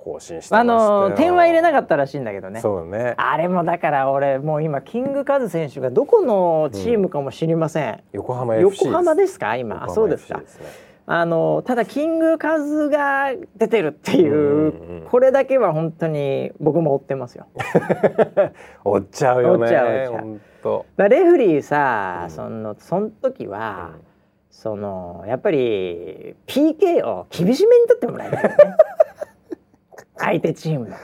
Speaker 2: 更新してま
Speaker 1: あ
Speaker 2: したよ
Speaker 1: の点は入れなかったらしいんだけどね。
Speaker 2: そうだね
Speaker 1: あれもだから俺もう今キングカズ選手がどこのチームかも知りません。
Speaker 2: 横浜 FC
Speaker 1: 横浜ですか今あ
Speaker 2: 横浜
Speaker 1: そうです
Speaker 2: FC
Speaker 1: か
Speaker 2: ね
Speaker 1: あのただキングカズが出てるっていう、
Speaker 2: うんうん
Speaker 1: これだけは本当に僕も追ってますよだか
Speaker 2: 追っちゃうよね
Speaker 1: 追っちゃう追っちゃう
Speaker 2: 本当
Speaker 1: らレフェリーさ、
Speaker 2: うん
Speaker 1: そのその時は、そのやっぱり PK を厳しめに取ってもらい たいよね相手チームの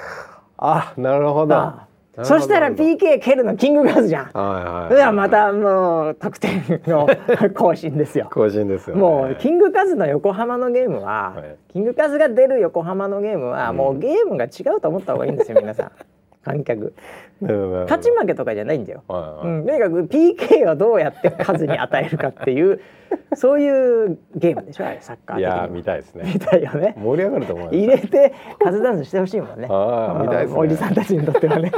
Speaker 2: あなるほど
Speaker 1: あ
Speaker 2: なるほど
Speaker 1: そしたら
Speaker 2: なるほ
Speaker 1: PK 蹴るのキングカズじゃん。
Speaker 2: どはいはい
Speaker 1: ではまたもう得点 の更新ですよ。
Speaker 2: 更新ですよね
Speaker 1: もうキングカズの横浜のゲームは、
Speaker 2: はい
Speaker 1: キングカズが出る横浜のゲームは、
Speaker 2: うん
Speaker 1: もうゲームが違うと思った方がいいんですよ皆さん観客勝ち
Speaker 2: ま
Speaker 1: 負けとかじゃないんだよ、う
Speaker 2: はいはい
Speaker 1: ん、とにかく PK をどうやってカズに与えるかっていう そういうゲームでしょあれサッカー
Speaker 2: い
Speaker 1: 的に
Speaker 2: やー
Speaker 1: は
Speaker 2: 見たいですね
Speaker 1: みたいよね
Speaker 2: 盛り上がると思い
Speaker 1: 入
Speaker 2: ま
Speaker 1: れてカズダンスしてほしいもんね
Speaker 2: すああ見たいですね
Speaker 1: おじさんたちにとっては ね。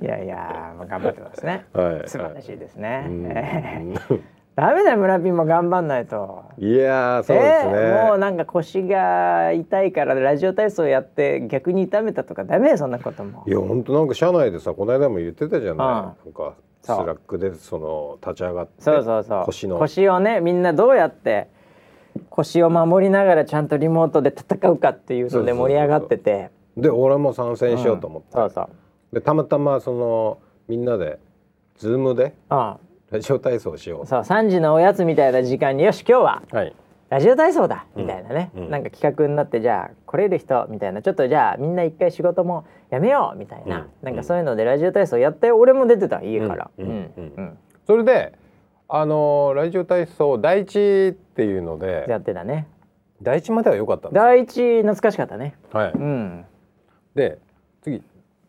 Speaker 1: いやいや、頑張ってますね。
Speaker 2: はい
Speaker 1: 素晴らしいです
Speaker 2: うん
Speaker 1: ね。 ダメだよ村ピンも頑張んないと。
Speaker 2: いやーそうですね、
Speaker 1: えーもうなんか腰が痛いからラジオ体操やって逆に痛めたとかダメよそんなことも
Speaker 2: い。や本当なんか社内でさこの間も言ってたじゃない、なんかス
Speaker 1: そう
Speaker 2: ラックでその立ち上がって
Speaker 1: そうそうそう
Speaker 2: 腰の
Speaker 1: をねみんなどうやって腰を守りながらちゃんとリモートで戦うかっていうので盛り上がってて
Speaker 2: で俺も参戦しようと思って、
Speaker 1: そうそう
Speaker 2: でたまたまそのみんなでズームで
Speaker 1: う
Speaker 2: ラジオ体操をしよ
Speaker 1: んそう3時のおやつみたいな時間によし今日は
Speaker 2: うはい
Speaker 1: ラジオ体操だみたいなね、
Speaker 2: うんうん
Speaker 1: なんか企画になってじゃあ来れる人みたいなちょっとじゃあみんな一回仕事もやめようみたいな、
Speaker 2: うん
Speaker 1: なんかそういうのでラジオ体操やったよ俺も出てた家から。
Speaker 2: う
Speaker 1: うんん
Speaker 2: うん
Speaker 1: うん
Speaker 2: それであのーラジオ体操第一っていうの
Speaker 1: や
Speaker 2: で
Speaker 1: ってたね
Speaker 2: 第一までは良かったんで
Speaker 1: 第一懐かしかったね
Speaker 2: すはい
Speaker 1: うん
Speaker 2: で次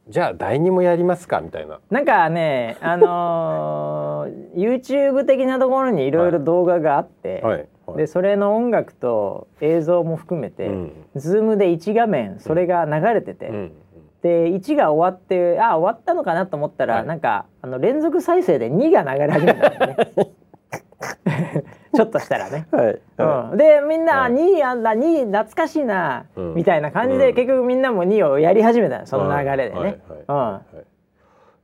Speaker 2: じゃあ第二もやりますかみたいな
Speaker 1: なんかねあのー、YouTube 的なところにいろいろ動画があって、
Speaker 2: はいはい
Speaker 1: でそれの音楽と映像も含めて、
Speaker 2: うん
Speaker 1: ズームで1画面それが流れてて、
Speaker 2: うんうん
Speaker 1: で1が終わってあ終わったのかなと思ったら、
Speaker 2: はい
Speaker 1: なんかあの連続再生で2が流れ始めたんだよ ねちょっとしたらね。
Speaker 2: はいは
Speaker 1: うん、でみんな「
Speaker 2: はい
Speaker 1: 2あんだ2懐かしいな」
Speaker 2: うん
Speaker 1: みたいな感じ
Speaker 2: う
Speaker 1: で
Speaker 2: ん
Speaker 1: 結局みんなも2をやり始めたのその流れで
Speaker 2: はい
Speaker 1: ね。う
Speaker 2: は
Speaker 1: ん
Speaker 2: いはい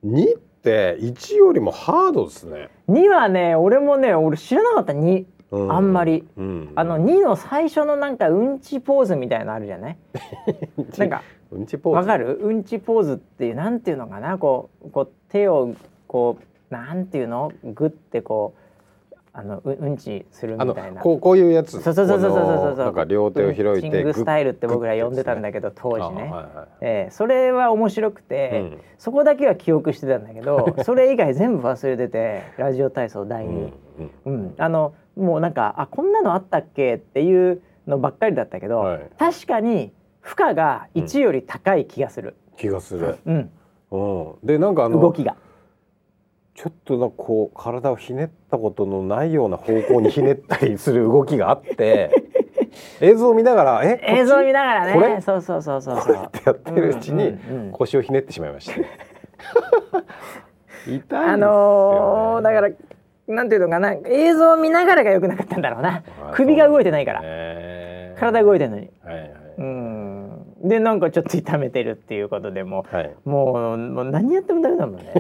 Speaker 2: 二って一よりもハードですね
Speaker 1: 2はね俺もね俺知らなかった2。
Speaker 2: う
Speaker 1: あんまり
Speaker 2: うん
Speaker 1: あの2の最初のなんかうんちポーズみたいのあるじゃないなんか
Speaker 2: うんちポーズ
Speaker 1: わかるうんちポーズっていうなんていうのかなこうこう手をこうなんていうのグってこうあのううんちするみ
Speaker 2: あの
Speaker 1: たいな
Speaker 2: こうこういうやつ
Speaker 1: そうそうそうそうそうそう
Speaker 2: このなんか両手を広いて
Speaker 1: うんチングスタイルって僕ら呼んでたん
Speaker 2: け
Speaker 1: だけど当時ね、
Speaker 2: は
Speaker 1: ええそれは面白く
Speaker 2: いはい
Speaker 1: て、そこだけは記憶してたんだけ どそれ以外全部忘れててラジオ体操第
Speaker 2: う
Speaker 1: 2。
Speaker 2: んうん
Speaker 1: うん、あのもうなんかあこんなのあったっけっていうのばっかりだったけど、
Speaker 2: はい
Speaker 1: 確かに負荷が1より高い気がする、
Speaker 2: 気がする。
Speaker 1: うん
Speaker 2: うん、でなんかあの
Speaker 1: 動きが
Speaker 2: ちょっとなんかこう体をひねったことのないような方向にひねったりする動きがあって 映像を見ながらえ
Speaker 1: 映像見ながら
Speaker 2: これ
Speaker 1: ねそうそうそうそう
Speaker 2: こ
Speaker 1: そ
Speaker 2: れこ
Speaker 1: う
Speaker 2: れってやってるうち
Speaker 1: う
Speaker 2: に
Speaker 1: んうんうん
Speaker 2: 腰をひねってしま いました。痛いんですよね。
Speaker 1: あのーだからなんていうのかな映像を見ながらが良くなかったんだろうな首が動いてないから、体動いて
Speaker 2: る。
Speaker 1: るのに
Speaker 2: はいはい、
Speaker 1: うんでなんかちょっと痛めてるっていうことでも
Speaker 2: はい、
Speaker 1: うもうもう何やってもダメだ もんね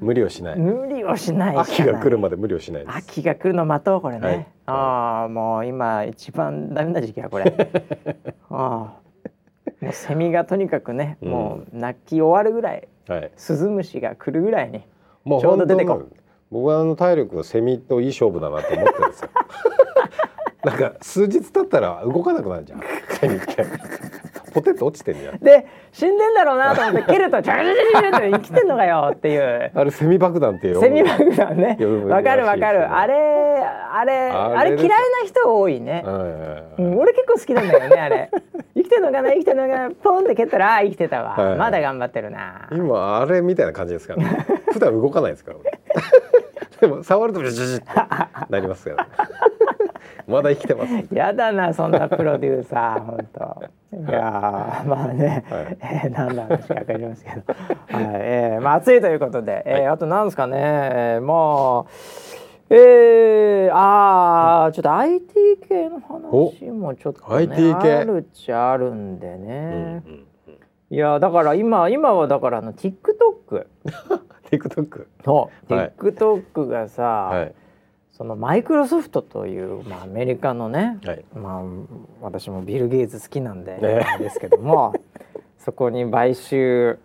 Speaker 2: 無理をしない。
Speaker 1: 無理をしないし
Speaker 2: 秋
Speaker 1: かない
Speaker 2: が来るまで無理をしないです。
Speaker 1: 秋が来るの待とうこれね、
Speaker 2: はい
Speaker 1: ああもう今一番ダメな時期やこ れああもうセミがとにかくね、
Speaker 2: うん
Speaker 1: もう鳴き終わるぐらい
Speaker 2: はい。
Speaker 1: スズムシが来るぐらいに
Speaker 2: もう
Speaker 1: ちょう
Speaker 2: 本
Speaker 1: ど出
Speaker 2: 当に
Speaker 1: てこ
Speaker 2: 僕はあの体力はセミといい勝負だなと思ってるん ですよ。なんか数日経ったら動かなくなるじゃん。セミってポテト落ちてるじゃん。
Speaker 1: で死んでんだろうなと思って蹴 るとジャジャジャジャジャって生きてんのかよっていう
Speaker 2: あれセミ爆弾っていう。
Speaker 1: セミ爆弾ね
Speaker 2: 呼ぶ
Speaker 1: わかるわか
Speaker 2: らしいですね
Speaker 1: るあれあれ
Speaker 2: あ
Speaker 1: あ
Speaker 2: れ
Speaker 1: れ
Speaker 2: です
Speaker 1: 嫌いな人多いね、
Speaker 2: はい。
Speaker 1: うん、俺結構好きなんだよねあ れ生きてんのかな生きてんのかなポンって蹴ったらああ生きてたわ、
Speaker 2: はい
Speaker 1: まだ頑張ってるな
Speaker 2: 今あれみたいな感じですから、ね。普段動かないですから。俺 でも触るとジュジュジュってなりますから、ね。まだ生きてます。
Speaker 1: やだなそんなプロデューサ ー本当。いやーまあね、
Speaker 2: はい
Speaker 1: えー、何の話か分かりますけど、はいえーまあ暑いということで、えーあとなんですかね、えー、まあえー、あーちょっと IT 系の話もちょっと、ね、
Speaker 2: お IT 系
Speaker 1: あるっちゃあるんで
Speaker 2: う
Speaker 1: ね、
Speaker 2: んうん。
Speaker 1: いやーだから今今はだからあの TikTok
Speaker 2: TikTok。
Speaker 1: の
Speaker 2: はい
Speaker 1: TikTok がさ、
Speaker 2: はい。
Speaker 1: そのマイクロソフトという、まあ、アメリカのね、
Speaker 2: はい。
Speaker 1: まあ私もビル・ゲイツ好きなんで、
Speaker 2: ね
Speaker 1: なんですけど もそこに買収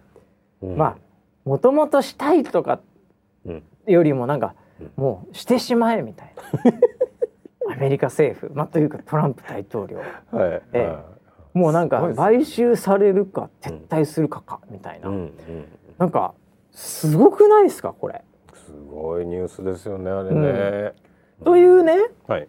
Speaker 2: うん
Speaker 1: まあもともとしたいとか
Speaker 2: うん
Speaker 1: よりもなんか、
Speaker 2: うん
Speaker 1: もうしてしまえみたい なアメリカ政府、まあ、というかトランプ大統領
Speaker 2: はい。
Speaker 1: ええ
Speaker 2: はい
Speaker 1: もうなん
Speaker 2: すごい
Speaker 1: か
Speaker 2: ですね
Speaker 1: 買収されるか撤退するかか、みたいな、
Speaker 2: うんうん。
Speaker 1: なんかすごくないですかこれ、
Speaker 2: すごいニュースですよねあれね
Speaker 1: う。というね
Speaker 2: はい。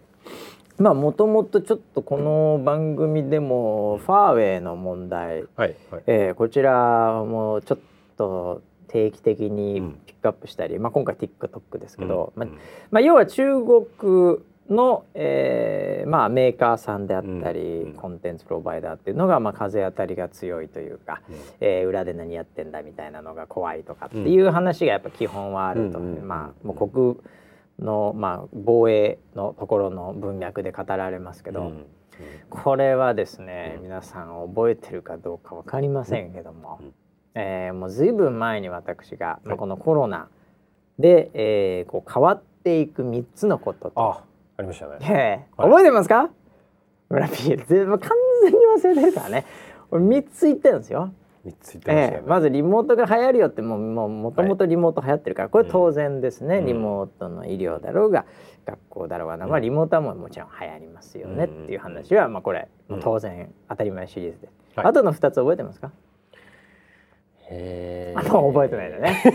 Speaker 1: まあもともとちょっとこの番組でもファーウェイの問題
Speaker 2: はいはい。
Speaker 1: えーこちらもちょっと定期的にピックアップしたり、まあ、今回 TikTok ですけど、
Speaker 2: うん
Speaker 1: まあまあ、要は中国の、えーまあ、メーカーさんであったり、
Speaker 2: うん
Speaker 1: コンテンツプロバイダーっていうのが、まあ、風当たりが強いというか、えー裏で何やってんだみたいなのが怖いとかっていう話がやっぱ基本はあると、
Speaker 2: うんうん
Speaker 1: まあもう国の、まあ、防衛のところの文脈で語られますけ
Speaker 2: け
Speaker 1: ど、
Speaker 2: うんうん
Speaker 1: これはですね、
Speaker 2: うん
Speaker 1: 皆さん覚えてるかどうかわかりませんけども、
Speaker 2: うん
Speaker 1: えーもうずいぶん前に私が、ま
Speaker 2: は
Speaker 1: あ、
Speaker 2: い
Speaker 1: このコロナで、えーこう変わっていく3つのことと
Speaker 2: あありましたね。
Speaker 1: ええ
Speaker 2: はい
Speaker 1: 覚えてますか村 P 全部完全に忘れてるからね俺3つ言ってるんですよ
Speaker 2: 三つ言ってましたよ
Speaker 1: ええ
Speaker 2: ね。
Speaker 1: まずリモートが流行るよってもうもう元々リモート流行ってるからこれ当然ですね、
Speaker 2: うん
Speaker 1: リモートの医療だろうが学校だろうがな、まあ、
Speaker 2: うん
Speaker 1: リモートはもうもちろん流行りますよねっ
Speaker 2: うん
Speaker 1: ていう話は、まあ、これもううん当然当たり前シリーズで、
Speaker 2: はい
Speaker 1: あとの2つ覚えてますか、
Speaker 2: へ
Speaker 1: あ
Speaker 2: ー
Speaker 1: もう覚えてないよ。ね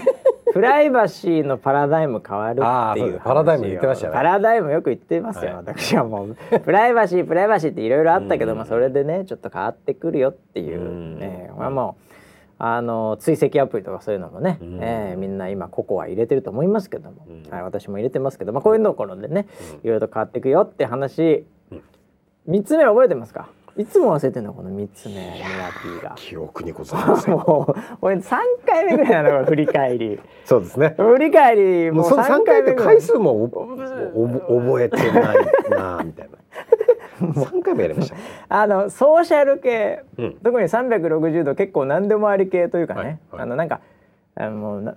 Speaker 1: プライバシーのパラダイム変わる
Speaker 2: あ
Speaker 1: っ
Speaker 2: あ
Speaker 1: て
Speaker 2: そう
Speaker 1: い
Speaker 2: で
Speaker 1: う
Speaker 2: すパラダイム
Speaker 1: 話を
Speaker 2: 言ってましたね
Speaker 1: パラダイムよく言ってますよ、
Speaker 2: はい
Speaker 1: 私はもう プライバシープライバシーっていろいろあったけど、
Speaker 2: うん
Speaker 1: まあ、それでねちょっと変わってくるよっていう、
Speaker 2: うん
Speaker 1: ねまあもうあの追跡アプリとかそういうのもね、
Speaker 2: うん
Speaker 1: えーみんな今ココア入れてると思いますけども、
Speaker 2: うん
Speaker 1: はい、私も入れてますけど、まあ、こういうのころでね
Speaker 2: うん
Speaker 1: いろいろと変わっていくよって話、
Speaker 2: うん
Speaker 1: 三3つ目覚えてますかいつも忘れてんのこの3つ目ミラピーが。
Speaker 2: 記憶にございません。
Speaker 1: もう俺3回目ぐらいなのこれ振り返り
Speaker 2: そうですね。
Speaker 1: 振り返り
Speaker 2: も
Speaker 1: も
Speaker 2: う
Speaker 1: う
Speaker 2: その
Speaker 1: 3
Speaker 2: 三
Speaker 1: 回
Speaker 2: 回
Speaker 1: 目
Speaker 2: と
Speaker 1: ぐらい
Speaker 2: 回数もおぼ覚えてないなみた いな。三回もやりましたね。
Speaker 1: あのソーシャル系
Speaker 2: うん。
Speaker 1: 特に360度結構何でもあり系というかね、
Speaker 2: はいはい
Speaker 1: あのなんかあのもうな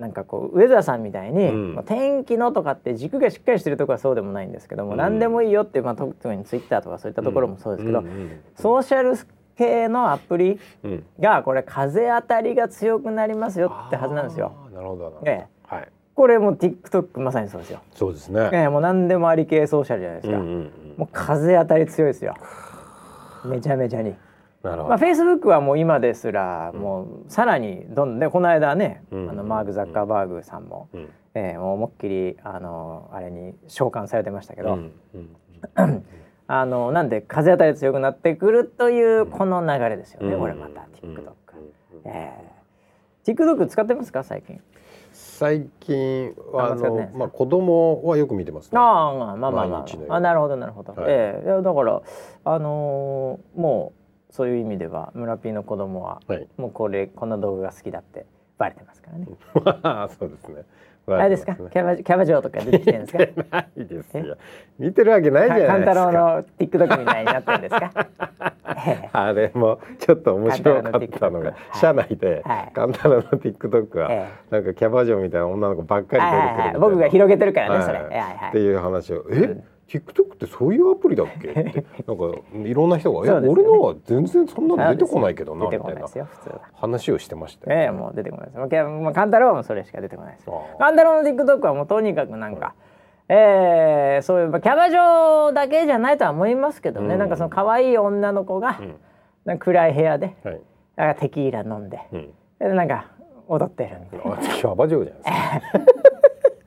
Speaker 1: なんかこうウェザーさんみたいに、
Speaker 2: うん
Speaker 1: もう天気のとかって軸がしっかりしてるとこはそうでもないんですけども、
Speaker 2: うん
Speaker 1: 何でもいいよっていう、まあ、特にツイッターとかそういったところもそうですけど、
Speaker 2: んん
Speaker 1: ソーシャル系のアプリ
Speaker 2: うん。うん
Speaker 1: がこれ風当たりが強くなりますよってはずなんですよ。
Speaker 2: あー。なるほどなるほ
Speaker 1: え
Speaker 2: ど。
Speaker 1: え
Speaker 2: はい。
Speaker 1: これもう TikTok まさにそうですよ。
Speaker 2: そうですね。
Speaker 1: ええもう何でもあり系ソーシャルじゃないです
Speaker 2: うん
Speaker 1: か、
Speaker 2: うんう
Speaker 1: もう
Speaker 2: ん
Speaker 1: 風当たり強いですよめちゃめちゃに
Speaker 2: なるほ
Speaker 1: まあ
Speaker 2: ど。
Speaker 1: フェイスブックはもう今ですらもうさらにどんどんでこの間ね、
Speaker 2: うん
Speaker 1: あのマーク・ザッカーバーグさんも、
Speaker 2: うん
Speaker 1: ええもう思いっきりあのあれに召喚されてましたけど、
Speaker 2: うんうん
Speaker 1: あのなんで風当たり強くなってくるというこの流れですよ
Speaker 2: う
Speaker 1: ね、
Speaker 2: ん
Speaker 1: これまた TikTok、
Speaker 2: うんうん
Speaker 1: ええ TikTok 使ってますか最近
Speaker 2: 最近は
Speaker 1: あ
Speaker 2: あ
Speaker 1: んま使ってないで
Speaker 2: の
Speaker 1: すか
Speaker 2: まあ子供はよく見てますね。
Speaker 1: ああまあまあまあ、
Speaker 2: 毎日のように
Speaker 1: あなるほどなるほど、
Speaker 2: はい
Speaker 1: ええいやだからあのーもうそういう意味では村 P の子供は
Speaker 2: はい。
Speaker 1: もうこれこの動画が好きだってバレてますからね、
Speaker 2: まあそうですね。
Speaker 1: あれですか、キャバキャバ嬢とか出てきてるんですか
Speaker 2: 見てないですよ。見てるわけないじゃないですか。
Speaker 1: カンタロウの TikTok みたいになってるんですかえ
Speaker 2: あれもちょっと面白かったのが
Speaker 1: カ
Speaker 2: 社内で
Speaker 1: はい
Speaker 2: カンタロウの TikTok
Speaker 1: ええ
Speaker 2: はなんかキャバ嬢みたいな女の子ばっか
Speaker 1: え
Speaker 2: り
Speaker 1: はいはい
Speaker 2: 出て
Speaker 1: はい
Speaker 2: くるみたいな
Speaker 1: 僕が広げてるからね、それ、
Speaker 2: はい
Speaker 1: はいはい
Speaker 2: っていう話をえ TikTok ってそういうアプリだっけってなんかいろんな人が「いや
Speaker 1: そうですよ
Speaker 2: 俺
Speaker 1: ね
Speaker 2: のは全然そんなの出てこないけどな」
Speaker 1: 出
Speaker 2: み
Speaker 1: てこ
Speaker 2: た
Speaker 1: ないいで
Speaker 2: な
Speaker 1: すよ普通は
Speaker 2: 話をしてました
Speaker 1: ええ
Speaker 2: よね
Speaker 1: もう出てこないですもうキャまあカンタロウはもうそれしか出てこないです
Speaker 2: ああ
Speaker 1: カンタロウの TikTok はもうとにかくなんか、えーそういうまあキャバ嬢だけじゃないとは思いますけどね、
Speaker 2: うん
Speaker 1: なんかその可愛い女の子が、なんか暗い部屋で
Speaker 2: はい
Speaker 1: なんかテキーラ飲んで、
Speaker 2: うん
Speaker 1: でなんか踊ってるみたいな
Speaker 2: あキャバ嬢じゃないで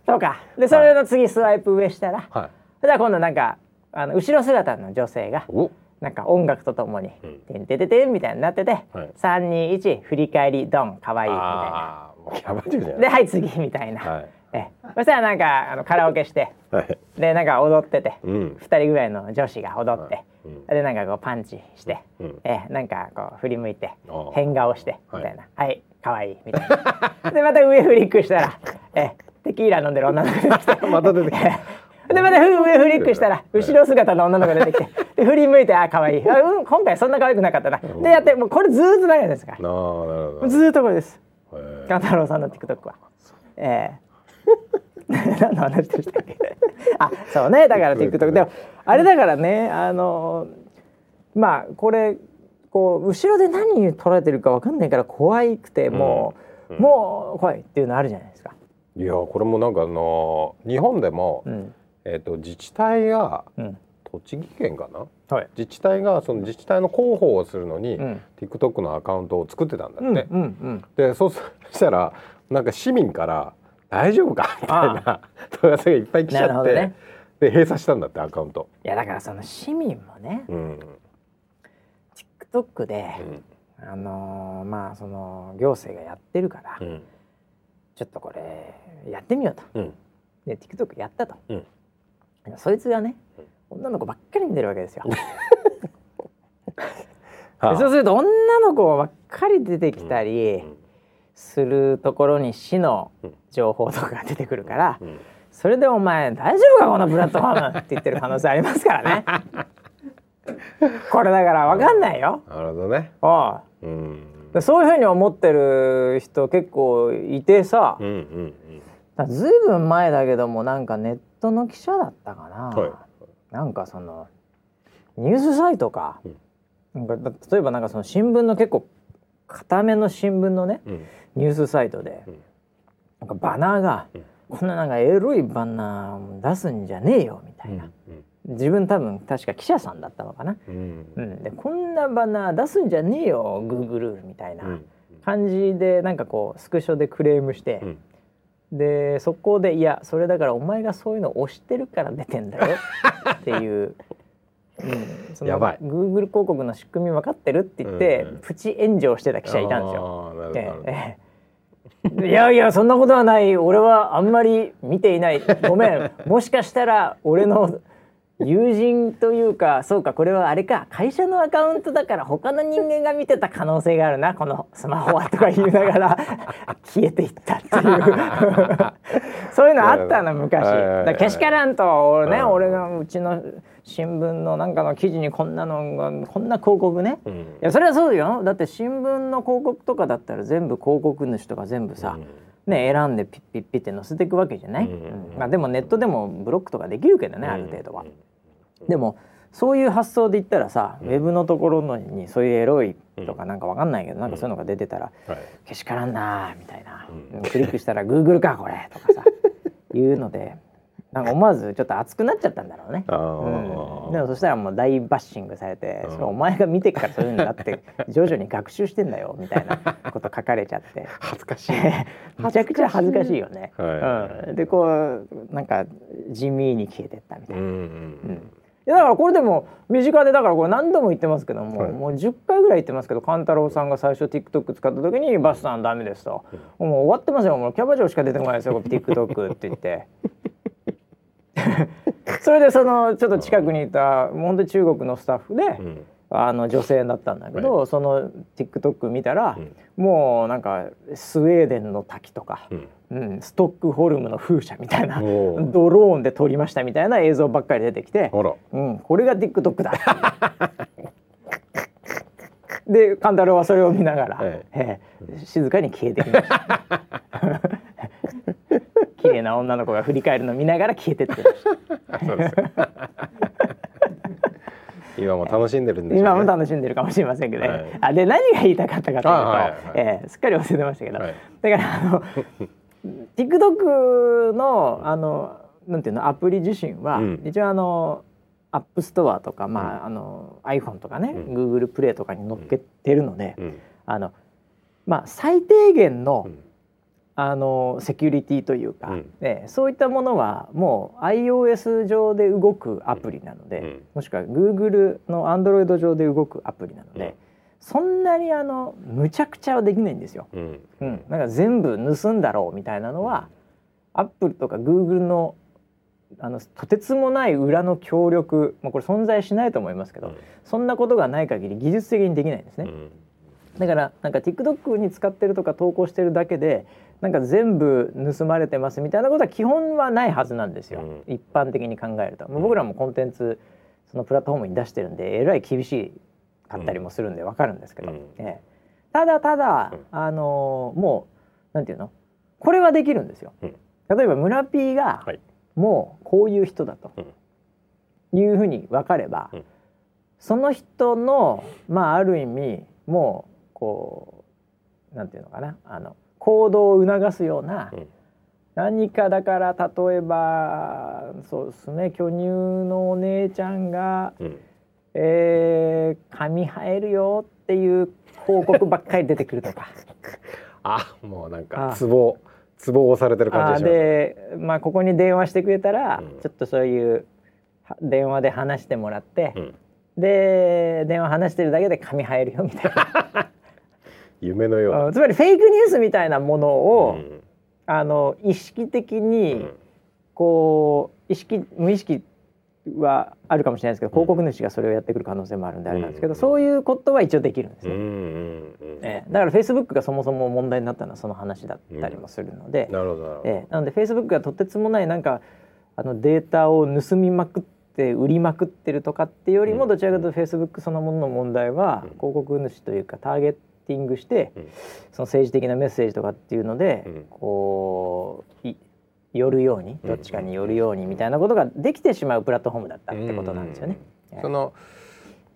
Speaker 2: す
Speaker 1: そうかでそれの次スワイプ上したら、
Speaker 2: かはい
Speaker 1: じゃあ今度なんかあの後ろ姿の女性が
Speaker 2: お
Speaker 1: なんか音楽とともに
Speaker 2: うん
Speaker 1: 「てんてててん」みたいになってて
Speaker 2: はい
Speaker 1: 「321振り返りドンかわいい」みた
Speaker 2: ああもうキャバ嬢じゃ
Speaker 1: いな「で
Speaker 2: ない
Speaker 1: はい次」みたいな、
Speaker 2: はい
Speaker 1: ええそしたらなんかあのカラオケして
Speaker 2: はい
Speaker 1: でなんか踊ってて、
Speaker 2: うん
Speaker 1: 2人ぐらいの女子が踊って、
Speaker 2: うん
Speaker 1: でなんかこうパンチして、
Speaker 2: うん
Speaker 1: ええなんかこう振り向いて
Speaker 2: あー
Speaker 1: 変顔してみたいな「はい可愛いい」みたいなでまた上フリックしたら、ええテキーラ飲んでる女の子が来て
Speaker 2: また出て きた
Speaker 1: でまたふ上フリックしたら後ろ姿の女の子が出てきてで振り向いて「あ可愛いいあうん今回そんな可愛くなかったな」でやってもうこれずーっと長いですか
Speaker 2: なあなるほ
Speaker 1: らずーっとこれです
Speaker 2: どへえ
Speaker 1: 勘太郎さんの TikTok は。え え何の話でしたっけあそうねだから TikTok でもあれだからねあのまあこれこう後ろで何撮られてるかわかんないから怖くてもう、
Speaker 2: うん
Speaker 1: もう怖いっていうのあるじゃないですか。
Speaker 2: いやこれもなんかあの日本でも、
Speaker 1: うん
Speaker 2: えっと自治体が
Speaker 1: うん
Speaker 2: 栃木県かな
Speaker 1: はい
Speaker 2: 自治体がその自治体の広報をするのに、
Speaker 1: うん
Speaker 2: TikTok のアカウントを作ってたんだ
Speaker 1: うんう
Speaker 2: っ
Speaker 1: ん
Speaker 2: て、
Speaker 1: うん
Speaker 2: でそうす そしたらなんか市民から「大丈夫か?」みたいな問い合わせがいっぱい来ち
Speaker 1: なる
Speaker 2: ゃ
Speaker 1: ほ
Speaker 2: っ
Speaker 1: ど
Speaker 2: て、
Speaker 1: ね
Speaker 2: で閉鎖したんだってアカウント。
Speaker 1: いやだからその市民もね
Speaker 2: うん、
Speaker 1: TikTok で
Speaker 2: う、ん
Speaker 1: あのーまあその行政がやってるから、
Speaker 2: うん
Speaker 1: ちょっとこれやってみようと。
Speaker 2: うん
Speaker 1: で TikTok やったと、
Speaker 2: うん
Speaker 1: そいつがね女の子ばっかり見てるわけですよ。で
Speaker 2: はあ
Speaker 1: そうすると女の子ばっかり出てきたり
Speaker 2: うん
Speaker 1: するところに市の
Speaker 2: うん
Speaker 1: 情報とかが出てくるから、
Speaker 2: うん
Speaker 1: それでお前大丈夫かこのプラットフォームって言ってる可能性ありますからねこれだからわかんないよ
Speaker 2: なるほどね
Speaker 1: お
Speaker 2: うん
Speaker 1: うそういうふうに思ってる人結構いてさ
Speaker 2: うんうんうん
Speaker 1: だからずいぶん前だけどもなんかネットの記者だったかな、
Speaker 2: はい
Speaker 1: なんかそのニュースサイトか,、
Speaker 2: うん
Speaker 1: なんか例えばなんかその新聞の結構固めの新聞のね
Speaker 2: うん
Speaker 1: ニュースサイトで、
Speaker 2: うん
Speaker 1: なんかバナーが、
Speaker 2: うん
Speaker 1: こんななんかエロいバナー出すんじゃねえよみた
Speaker 2: う
Speaker 1: いな、
Speaker 2: ん
Speaker 1: 自分多分確か記者さんだったのかな、
Speaker 2: うんうん
Speaker 1: うん、でこんなバナー出すんじゃねえよグーグルみたいな
Speaker 2: うん
Speaker 1: 感じでなんかこうスクショでクレームして、
Speaker 2: うん
Speaker 1: でそこで「いやそれだからお前がそういうの押してるから出てんだ よ」っていう。うん、その
Speaker 2: やばい
Speaker 1: Google 広告の仕組み分かってるって言って、
Speaker 2: うんうん
Speaker 1: プチ炎上してた記者いたんですよ。
Speaker 2: あーなるほどなるほど
Speaker 1: ええええい やいやそんなことはない俺はあんまり見ていないごめん もしかしたら俺の友人というかそうかこれはあれか会社のアカウントだから他の人間が見てた可能性があるなこのスマホはとか言いながら 消えていったっていう そういうのあったの昔
Speaker 2: はいはいはいは
Speaker 1: だ
Speaker 2: い
Speaker 1: からけしからんと俺ね
Speaker 2: うん
Speaker 1: 俺がうちの新聞のなんかの記事にこんなのがこんな広告ね
Speaker 2: うん
Speaker 1: いやそれはそうよだって新聞の広告とかだったら全部広告主とか全部さ、ね選んでピッピッピッって載せていくわけじゃない、
Speaker 2: うんうん
Speaker 1: うんまあ、でもネットでもブロックとかできるけどね、ある程度は
Speaker 2: うん。
Speaker 1: でもそういう発想で言ったらさ、
Speaker 2: うん
Speaker 1: ウェブのところのにそういうエロいと
Speaker 2: う
Speaker 1: かなんかわかんないけど、なんかそういうのが出てたら
Speaker 2: はい
Speaker 1: けしからんなーみたいな、
Speaker 2: うん
Speaker 1: クリック したら Google かこれとかさいうのでなんか思わずちょっと熱くなっちゃったんだろう ね。
Speaker 2: あ
Speaker 1: うん、
Speaker 2: ー
Speaker 1: でもそしたらもう大バッシングされて、
Speaker 2: うん
Speaker 1: それお前が見てっからそういうんだって 徐々に学習してんだよみたいなこと書かれちゃ って
Speaker 2: 恥ずかしい
Speaker 1: めちゃくちゃ恥ずかしいよね。
Speaker 2: はい
Speaker 1: うん、でこうなんか地味に消えてったみたいな。
Speaker 2: う
Speaker 1: い
Speaker 2: ん
Speaker 1: うんやだからこれでも身近でだからこれ何度も言ってますけども、
Speaker 2: はい
Speaker 1: もう10回ぐらい言ってますけど勘太郎さんが最初 TikTok 使った時に「バスさんダメです」と「もう終わってますよもうキャバ嬢しか出てこないですよこれ TikTok」って言 って。それでそのちょっと近くにいたもう本当に中国のスタッフで、
Speaker 2: うんうん
Speaker 1: あの女性だったんだけど、その TikTok 見たら、
Speaker 2: うん
Speaker 1: もうなんかスウェーデンの滝とか、
Speaker 2: うん
Speaker 1: うん、ストックホルムの風車みたいな
Speaker 2: おー
Speaker 1: ドローンで撮りましたみたいな映像ばっかり出てきて、
Speaker 2: ほら
Speaker 1: うん、これが TikTok だ。で勘太郎はそれを見ながら、
Speaker 2: はい
Speaker 1: ええ静かに消えていきました 綺麗な女の子が振り返るの見ながら消えてってました
Speaker 2: そうです 今も楽しんでるんでしょうね
Speaker 1: 今も楽しんでるかもしれませんけど、ね
Speaker 2: はい
Speaker 1: あで何が言いたかったかというと、
Speaker 2: あはいはい
Speaker 1: えーすっかり忘れてましたけど、
Speaker 2: はい
Speaker 1: だからあ の TikTok のあのなんていうのアプリ自身は、
Speaker 2: うん
Speaker 1: 一応あのアップストアとか、まああの iPhone とかね、
Speaker 2: うん
Speaker 1: Google プレイとかに載っけてるので、
Speaker 2: うん
Speaker 1: あのまあ最低限の、
Speaker 2: うん
Speaker 1: あのセキュリティというか、
Speaker 2: うん
Speaker 1: ええそういったものはもう iOS 上で動くアプリなので、
Speaker 2: うん
Speaker 1: もしくは Google の Android 上で動くアプリなので、
Speaker 2: うん
Speaker 1: そんなにあのむちゃくちゃはできないんですよ。
Speaker 2: うん
Speaker 1: うん、なんか全部盗んだろうみたいなのは、Apple とか Google のあのとてつもない裏の協力、まあ、これ存在しないと思いますけど、
Speaker 2: うん
Speaker 1: そんなことがない限り技術的にできないんですね。
Speaker 2: うん
Speaker 1: だからなんか TikTok に使ってるとか投稿してるだけでなんか全部盗まれてますみたいなことは基本はないはずなんですよ、
Speaker 2: う
Speaker 1: 一般的に考えると、もう僕らもコンテンツそのプラットフォームに出してるんでえらい厳しかったりもするんでわかるんですけど、
Speaker 2: うん
Speaker 1: ええただただ、
Speaker 2: うん
Speaker 1: あのーもうなんていうのこれはできるんですよ、
Speaker 2: うん
Speaker 1: 例えば村 P が、
Speaker 2: はい
Speaker 1: もうこういう人だと、いうふうに分かれば、
Speaker 2: うん
Speaker 1: その人のまあある意味もうこうなんていうのかなあの行動を促すような
Speaker 2: うん
Speaker 1: 何かだから例えばそうですね巨乳のお姉ちゃんが、
Speaker 2: うん
Speaker 1: えー、髪生えるよっていう広告ばっかり出てくると か。
Speaker 2: あもうなん
Speaker 1: あ
Speaker 2: かツボツボを押されてる
Speaker 1: あ
Speaker 2: 感
Speaker 1: ー
Speaker 2: じがします
Speaker 1: でまあここに電話してくれたら、
Speaker 2: うん
Speaker 1: ちょっとそういうは電話で話してもらって、
Speaker 2: うん
Speaker 1: で電話話してるだけで髪生えるよみたい
Speaker 2: 夢 のよう
Speaker 1: な
Speaker 2: な
Speaker 1: うんつまりフェイクニュースみたいなものを、
Speaker 2: うん
Speaker 1: あの意識的
Speaker 2: う
Speaker 1: に
Speaker 2: ん
Speaker 1: こう意識無意識はあるかもしれないですけど広告主がそれをやってくる可能性もあるんであれなんですけど、
Speaker 2: うん
Speaker 1: そういうことは一応できるんです
Speaker 2: うん
Speaker 1: ね。
Speaker 2: うんうん
Speaker 1: ええだからフェイスブックがそもそも問題になったのはその話だったりもするので、
Speaker 2: なるほどなるほ
Speaker 1: え
Speaker 2: ど、
Speaker 1: えなのでフェイスブックがとてつもないなんかあのデータを盗みまくって売りまくってるとかっていうよりも、
Speaker 2: うん
Speaker 1: どちらかというとフェイスブックそのものの問題は、
Speaker 2: うん
Speaker 1: 広告主というかターゲッティングして、
Speaker 2: うん
Speaker 1: その政治的なメッセージとかっていうので、
Speaker 2: うん
Speaker 1: こうい寄るように
Speaker 2: うん
Speaker 1: どっちかに寄るようにみたいなことができてしまうプラットフォームだったってことなんですよね。
Speaker 2: うん
Speaker 1: ええ
Speaker 2: その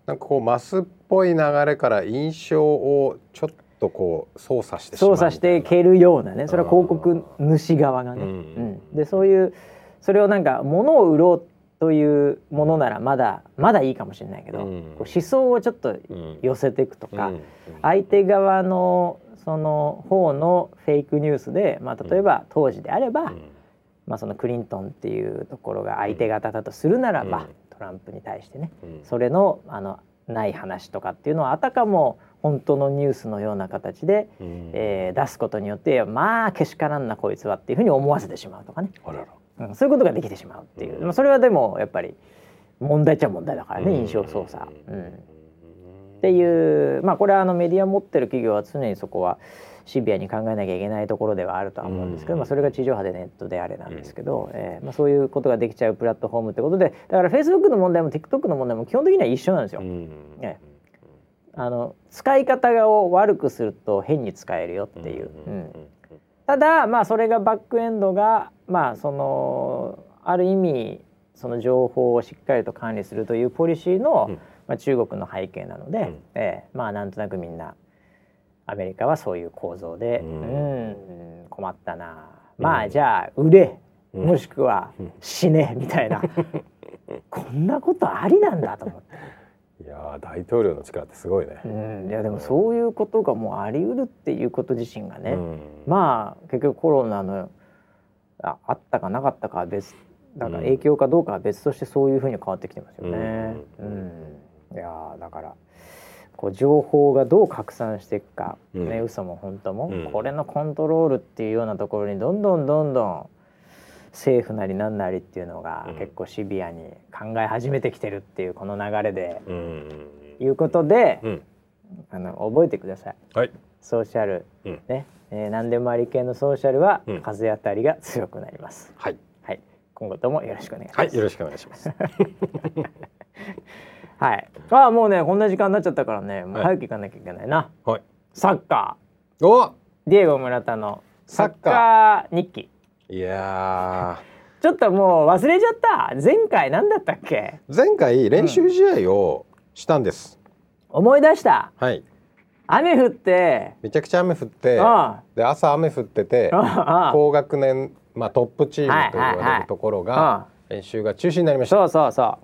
Speaker 2: なんかこうマスっぽい流れから印象をちょっとこう操作してしまう
Speaker 1: 操作して蹴るようなねそれは広告主側がね、
Speaker 2: うん
Speaker 1: うんでそういうそれをなんか物を売ろうというものならまだまだいいかもしれないけど、
Speaker 2: うん
Speaker 1: こう思想をちょっと寄せていくと
Speaker 2: と
Speaker 1: か、相手側のその方のフェイクニュースで、まあ、例えば当時であれば、まあ、そのクリントンっていうところが相手方だとするならば、
Speaker 2: うん
Speaker 1: トランプに対してねそれのあのない話とかっていうのをあたかも本当のニュースのような形で、えー出すことによってまあけしからんなこいつはっていうふうに思わせてしまうとかね、
Speaker 2: あらら
Speaker 1: うん、そういうことができてしまうっていう、
Speaker 2: うん
Speaker 1: まあそれはでもやっぱり問題っちゃ問題だからね、
Speaker 2: うん
Speaker 1: 印象操作。うん
Speaker 2: うん
Speaker 1: っていうまあこれはあのメディア持ってる企業は常にそこはシビアに考えなきゃいけないところではあるとは思うんですけど、
Speaker 2: うん
Speaker 1: まあ、それが地上波でネットであれなんですけど、えーまあ、そういうことができちゃうプラットフォームってことでだから Facebook の問題も TikTok の問題も基本的には一緒なんですよ。
Speaker 2: うん
Speaker 1: えあの使い方を悪くすると変に使えるよっていう。うんただまあそれがバックエンドがまあそのある意味その情報をしっかりと管理するというポリシーの、
Speaker 2: うん
Speaker 1: まあ、中国の背景なので、
Speaker 2: うん
Speaker 1: ええまあなんとなくみんなアメリカはそういう構造でう
Speaker 2: うんん
Speaker 1: 困ったなま
Speaker 2: う
Speaker 1: あ
Speaker 2: ん
Speaker 1: じゃあ売れ
Speaker 2: うん
Speaker 1: もしくは
Speaker 2: うん
Speaker 1: 死ねみたい なこんなことありなんだと思って、
Speaker 2: いやー大統領の力ってすごいね
Speaker 1: う。ん、いやでもそういうことがもうあり得るっていうこと自身がね、
Speaker 2: ま
Speaker 1: まあ結局コロナのああったかなかったかは別なんか
Speaker 2: うん
Speaker 1: 影響かどうかは別としてそういうふうに変わってきてますよね。う
Speaker 2: うんん
Speaker 1: いやーだからこう情報がどう拡散していくか、
Speaker 2: うん
Speaker 1: ね嘘も本当も、
Speaker 2: うん
Speaker 1: これのコントロールっていうようなところにどんどんどんどん政府なりなんなりっていうのが
Speaker 2: うん
Speaker 1: 結構シビアに考え始めてきてるっていうこの流れで、
Speaker 2: うん
Speaker 1: いうことで、
Speaker 2: うん
Speaker 1: あの覚えてください。
Speaker 2: はい。
Speaker 1: ソーシャル、
Speaker 2: うん
Speaker 1: ね、えー何でもあり系のソーシャルは
Speaker 2: うん
Speaker 1: 風当たりが強くなります。
Speaker 2: はい。
Speaker 1: はい、今後ともよろしくお願いします。
Speaker 2: はい。よろしくお願い します。
Speaker 1: はい、ああもうねこんな時間になっちゃったからね、もう
Speaker 2: はい
Speaker 1: 早く行かなきゃいけないな。
Speaker 2: はい。
Speaker 1: サッカ
Speaker 2: お。
Speaker 1: ー、ディエゴ村田のサ
Speaker 2: サ
Speaker 1: ッ
Speaker 2: ッ
Speaker 1: カー日記。
Speaker 2: いや
Speaker 1: ちょっともう忘れちゃった。前回何だったっけ？
Speaker 2: ー前回練習試合をしたんです。
Speaker 1: 思い出した。
Speaker 2: はい。
Speaker 1: 雨降って、
Speaker 2: めちゃくちゃ雨降って。
Speaker 1: あ
Speaker 2: で朝雨降ってて
Speaker 1: あ、ああ、
Speaker 2: 高学年まあトップチームと言
Speaker 1: はいはい
Speaker 2: われ
Speaker 1: はい
Speaker 2: るところ
Speaker 1: あ
Speaker 2: が練習が中止になりまし
Speaker 1: そうそうそ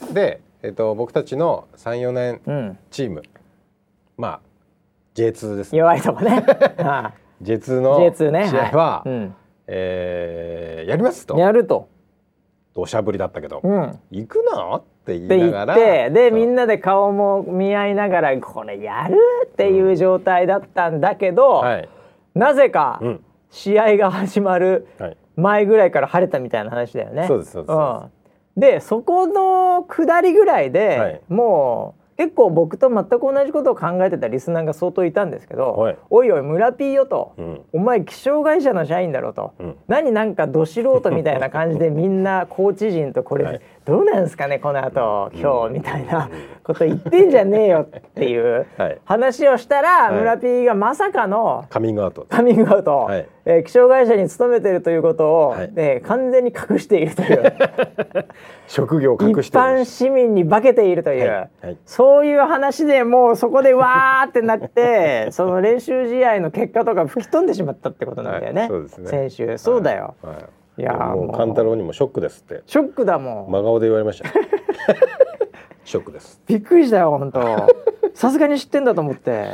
Speaker 2: た。で、えっと僕たちの三四年
Speaker 1: う。うん、
Speaker 2: チーム、まあ J2 ですね。
Speaker 1: 弱いとこ ね。あ
Speaker 2: J2
Speaker 1: あ
Speaker 2: の
Speaker 1: J2 ね。
Speaker 2: 試合は、
Speaker 1: いうん、
Speaker 2: えーやりますと。
Speaker 1: やると。
Speaker 2: 土砂降りだったけど、
Speaker 1: うん。
Speaker 2: 行くなって言い
Speaker 1: って言
Speaker 2: なが
Speaker 1: っ
Speaker 2: ら
Speaker 1: てで
Speaker 2: そう
Speaker 1: みんなで顔も見合いながらこれやるっていう状態だったんだけど、
Speaker 2: はい、
Speaker 1: なぜか
Speaker 2: うん
Speaker 1: 試合が始まる
Speaker 2: はい、
Speaker 1: 前ぐらいから晴れたみたいな話だよね。
Speaker 2: そうですそうですそ
Speaker 1: んでそこの下りぐらいで、
Speaker 2: はい
Speaker 1: もう結構僕と全く同じことを考えてたリスナーが相当いたんですけど「
Speaker 2: はい
Speaker 1: おいおい村 P よ」と。
Speaker 2: うん
Speaker 1: お前気象会社の社員だろと、
Speaker 2: うん
Speaker 1: 何なんかど素人みたいな感じでみんなコーチ陣とこれ、
Speaker 2: はい
Speaker 1: どうなんですかねこの後今日みたいなこと言ってんじゃねえよっていう
Speaker 2: はい
Speaker 1: 話をしたら、
Speaker 2: はい
Speaker 1: 村 P がまさかの
Speaker 2: カミングアウト
Speaker 1: カミングアウト、
Speaker 2: はい
Speaker 1: えー気象会社に勤めてるということを、
Speaker 2: はい
Speaker 1: えー完全に隠していると いう。
Speaker 2: 職業を隠し
Speaker 1: 一
Speaker 2: てる
Speaker 1: 般市民に化けているという、
Speaker 2: はいはい
Speaker 1: そういう話でもうそこでわーってなって その練習試合の結果とか吹き飛んでしまったってことなんだよね,、
Speaker 2: はいそうですね
Speaker 1: 先週そうだよ、
Speaker 2: はい、
Speaker 1: いやー
Speaker 2: も
Speaker 1: も
Speaker 2: う
Speaker 1: う
Speaker 2: 勘太郎にもショックですって
Speaker 1: ショックだもん、
Speaker 2: 真顔で言わ れましたよショックです
Speaker 1: びっくりしたよ本当 さすがに知ってんだと思って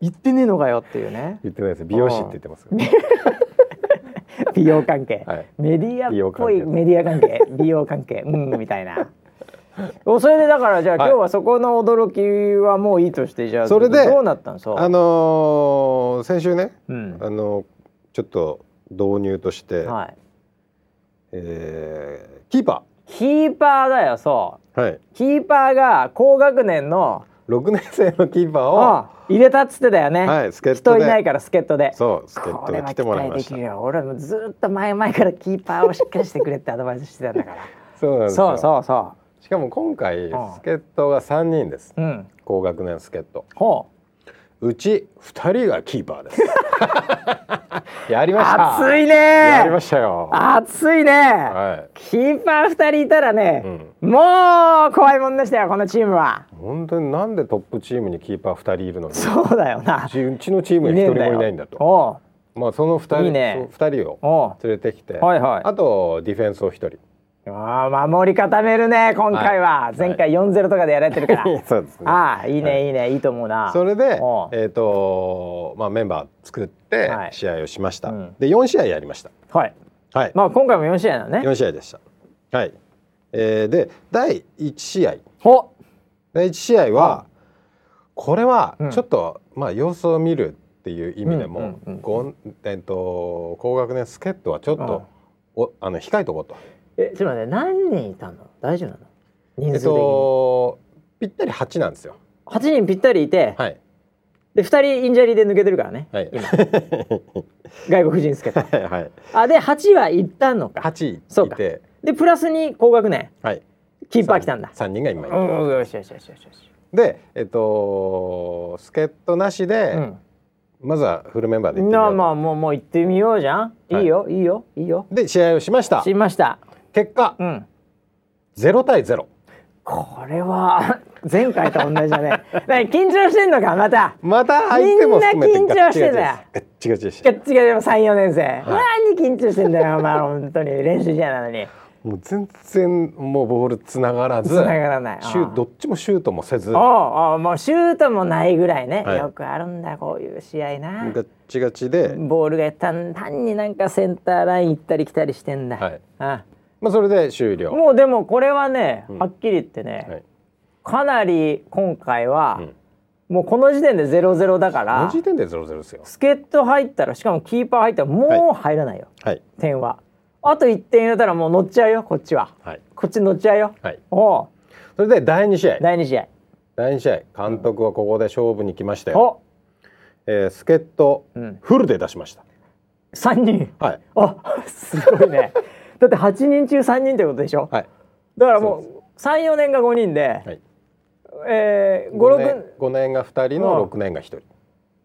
Speaker 1: 言ってねえのかよっていうね
Speaker 2: 言ってないです美容師って言ってますから
Speaker 1: 美容関係、
Speaker 2: はい
Speaker 1: メディアっぽいメ
Speaker 2: 美
Speaker 1: ディア関係美容関係うんみたいな おそれでだからじゃあ、
Speaker 2: はい
Speaker 1: 今日はそこの驚きはもういいとしてじゃあ
Speaker 2: それで
Speaker 1: どうなったんそう
Speaker 2: あのー先週ね、
Speaker 1: うん
Speaker 2: あのーちょっと導入として、
Speaker 1: はい。
Speaker 2: えーキーパ
Speaker 1: キキーパーだよそう
Speaker 2: はい
Speaker 1: キーパーが高学年の
Speaker 2: 6年生のキーパーを
Speaker 1: うん入れたっつってたよね、
Speaker 2: はい助っ人
Speaker 1: 人
Speaker 2: で
Speaker 1: いないから助っ人で
Speaker 2: そう助っ人で来てもらいまし
Speaker 1: これは期待でき
Speaker 2: た
Speaker 1: るよ俺もずっと前々からキーパーをしっかりしてくれってアドバイスしてたんだから
Speaker 2: そうなんですよ
Speaker 1: そうそうそ
Speaker 2: しかも今回
Speaker 1: ん
Speaker 2: 助っ人が3人です
Speaker 1: ううん
Speaker 2: 高学年助っ人
Speaker 1: ほう
Speaker 2: うち2人がキーパーです やりました
Speaker 1: 熱いね
Speaker 2: やりましたよ
Speaker 1: 熱いね、
Speaker 2: は
Speaker 1: キーパー2人いたら
Speaker 2: い、う
Speaker 1: ね、
Speaker 2: ん、
Speaker 1: もう怖いもんでしたよこのチームは
Speaker 2: 本当になんでトップチームにキーパー2人いるのに
Speaker 1: そうだよな
Speaker 2: うちうちのチームに1人もいないんだと
Speaker 1: お
Speaker 2: まあその2人
Speaker 1: いいね
Speaker 2: そう二人を
Speaker 1: うお
Speaker 2: 連れてきて、
Speaker 1: うはいはい
Speaker 2: あとディフェンスを1人
Speaker 1: ああ守り固めるね今回は、
Speaker 2: い
Speaker 1: 前回4ゼ0とかでやられてるから、
Speaker 2: そうですね
Speaker 1: ああいいね、
Speaker 2: はい
Speaker 1: い、いねいいと思うな
Speaker 2: それで
Speaker 1: おう、
Speaker 2: えーとまあ、メンバー作って
Speaker 1: はい
Speaker 2: 試合をしました、
Speaker 1: うん
Speaker 2: で4試合やりました
Speaker 1: はい
Speaker 2: はい、
Speaker 1: まあ今回も4試合なのね
Speaker 2: 4試合でしたはい、えーで第1試合
Speaker 1: ほ
Speaker 2: 第1試合は、これは
Speaker 1: うん
Speaker 2: ちょっと、まあ様子を見るっていう意味でも、
Speaker 1: うんうんうん
Speaker 2: ごんえっと高学年助っ人はちょっと、おあの控えとこうと
Speaker 1: えちょっと待って何人いたの大丈夫なの人
Speaker 2: えっ
Speaker 1: 数的に、
Speaker 2: とぴったり8なんですよ
Speaker 1: 八8人ぴったりいて、
Speaker 2: はい
Speaker 1: で2人インジャリーで抜けてるからね、
Speaker 2: はい
Speaker 1: 今外国人助っ人
Speaker 2: はい
Speaker 1: あで8は行ったのかそ
Speaker 2: 8
Speaker 1: う
Speaker 2: い
Speaker 1: か
Speaker 2: て
Speaker 1: でプラスに高学年
Speaker 2: はい
Speaker 1: キーパー来たんだ
Speaker 2: 3人が今いる、
Speaker 1: うんよしよしよしよしよし
Speaker 2: でえっと助っ人なしで、まずはフルメンバーで
Speaker 1: う
Speaker 2: 行
Speaker 1: ん
Speaker 2: ってみ
Speaker 1: なあ
Speaker 2: ようと
Speaker 1: まあもうもう行ってみようじゃん、
Speaker 2: はい
Speaker 1: いいよいいよいいよ
Speaker 2: で試合をしました
Speaker 1: しました
Speaker 2: 結果
Speaker 1: うん
Speaker 2: 0対0
Speaker 1: これは 前回と同じだね。 何緊張してんのかま た。
Speaker 2: また相手も含めて
Speaker 1: みんな緊張してたよ
Speaker 2: ガッチガチでし
Speaker 1: 違
Speaker 2: た
Speaker 1: う違う三四年生。何緊張してんだよお前本当に練習試合なのに。
Speaker 2: もう全然もうボールつながらず
Speaker 1: 繋がらない。
Speaker 2: シューどっちもシュートもせず
Speaker 1: おう
Speaker 2: ガ
Speaker 1: おうもうシュートもないぐらいね。
Speaker 2: はい
Speaker 1: よくあるんだこういう試合な。
Speaker 2: ッチガチで、
Speaker 1: ボールが単単になんかセンターライン行ったり来たりしてんだ。
Speaker 2: はい
Speaker 1: あ
Speaker 2: まあ、それで終了、
Speaker 1: もうでもこれはね、
Speaker 2: ん
Speaker 1: はっきり言ってね、
Speaker 2: はい、
Speaker 1: かなり今回は
Speaker 2: う、ん
Speaker 1: もうこの時点でゼロゼロだか
Speaker 2: この
Speaker 1: ら
Speaker 2: 時点で0-0ですよ
Speaker 1: 助っ人入ったらしかもキーパー入ったらもう入らないよ、
Speaker 2: はい
Speaker 1: 点はあと1点入れたらもう乗っちゃうよこっちは
Speaker 2: はい
Speaker 1: こっち乗っちゃうよ
Speaker 2: はい
Speaker 1: おう
Speaker 2: それで第2試合
Speaker 1: 第2試合
Speaker 2: 第2試合監督はここで勝負に来ましたよ、
Speaker 1: お
Speaker 2: えー、助っ人、
Speaker 1: うん
Speaker 2: フルで出しました
Speaker 1: 三3人
Speaker 2: はい
Speaker 1: あすごいねだって8人中3人ってことでしょ、
Speaker 2: はい
Speaker 1: だからも
Speaker 2: そう
Speaker 1: 34年が5人で、
Speaker 2: はい
Speaker 1: えー、
Speaker 2: 5
Speaker 1: 56
Speaker 2: 年
Speaker 1: 年
Speaker 2: ,5 年が2人
Speaker 1: うん
Speaker 2: の6年が1人、
Speaker 1: い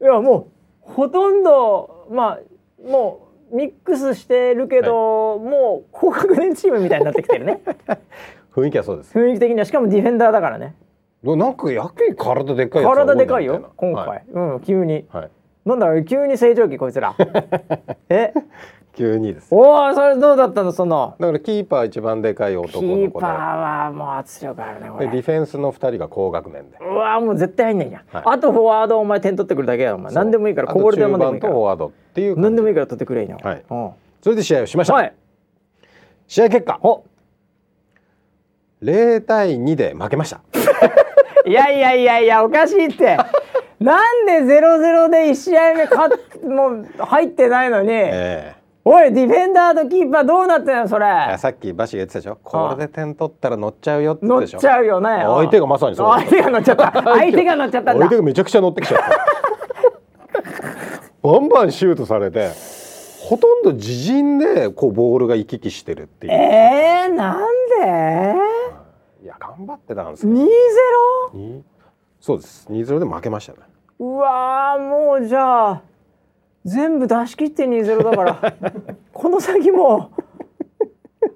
Speaker 1: やもうほとんどまあもうミックスしてるけど、もう高学年チームみたいになってきて るね
Speaker 2: 雰囲気はそうです
Speaker 1: 雰囲気的にはしかもディフェンダーだからね
Speaker 2: なんかやけに体でかいやつが多いな
Speaker 1: 体でかいよ
Speaker 2: みたい
Speaker 1: 今
Speaker 2: な
Speaker 1: 回、うん急に
Speaker 2: はい、はい、
Speaker 1: なんだろう急に成長期こい つらえ
Speaker 2: 急にです
Speaker 1: おおそれどうだったのその
Speaker 2: だからキーパー一番でかい
Speaker 1: キ
Speaker 2: 男の
Speaker 1: ー
Speaker 2: 子
Speaker 1: パーはもう圧力あるねこ
Speaker 2: ででディ
Speaker 1: れ
Speaker 2: フェンスの2人が高学年で
Speaker 1: うわーもう絶対入んないじゃん、
Speaker 2: はい
Speaker 1: あとフォワードお前点取ってくるだけやお前何でもいいからこぼれ球でもいい
Speaker 2: あと中
Speaker 1: か
Speaker 2: 盤と
Speaker 1: ら
Speaker 2: フォワードっていう感じ
Speaker 1: 何でもいいから取ってくれいいの
Speaker 2: はい
Speaker 1: うん
Speaker 2: それで試合をしました、
Speaker 1: はい
Speaker 2: 試合結果0対2で負けました
Speaker 1: いやいやいやいやおかしいって なんで0-0で1試合目勝っもう入ってないのに、
Speaker 2: え
Speaker 1: おいディフェンダーとキーパーどうなってんのそれ
Speaker 2: えさっきバシが言ってたでしょこれで点取ったら乗っちゃうよって言
Speaker 1: 乗
Speaker 2: っ
Speaker 1: って
Speaker 2: たでし
Speaker 1: ち
Speaker 2: ょ
Speaker 1: ゃうよね
Speaker 2: 相手がまさにそう
Speaker 1: 相手が乗っちゃ った相手が乗っちゃったんだ
Speaker 2: 相手がめちゃくちゃ乗ってき ちゃったバンバンシュートされてほとんど自陣でこうボールが行き来してるっていう、
Speaker 1: えー、なんで
Speaker 2: いや頑張ってたんですけど
Speaker 1: 2-0?
Speaker 2: にそうです2-0で負けましたね
Speaker 1: うわーもうじゃあ全部出し切って2-0だから この先も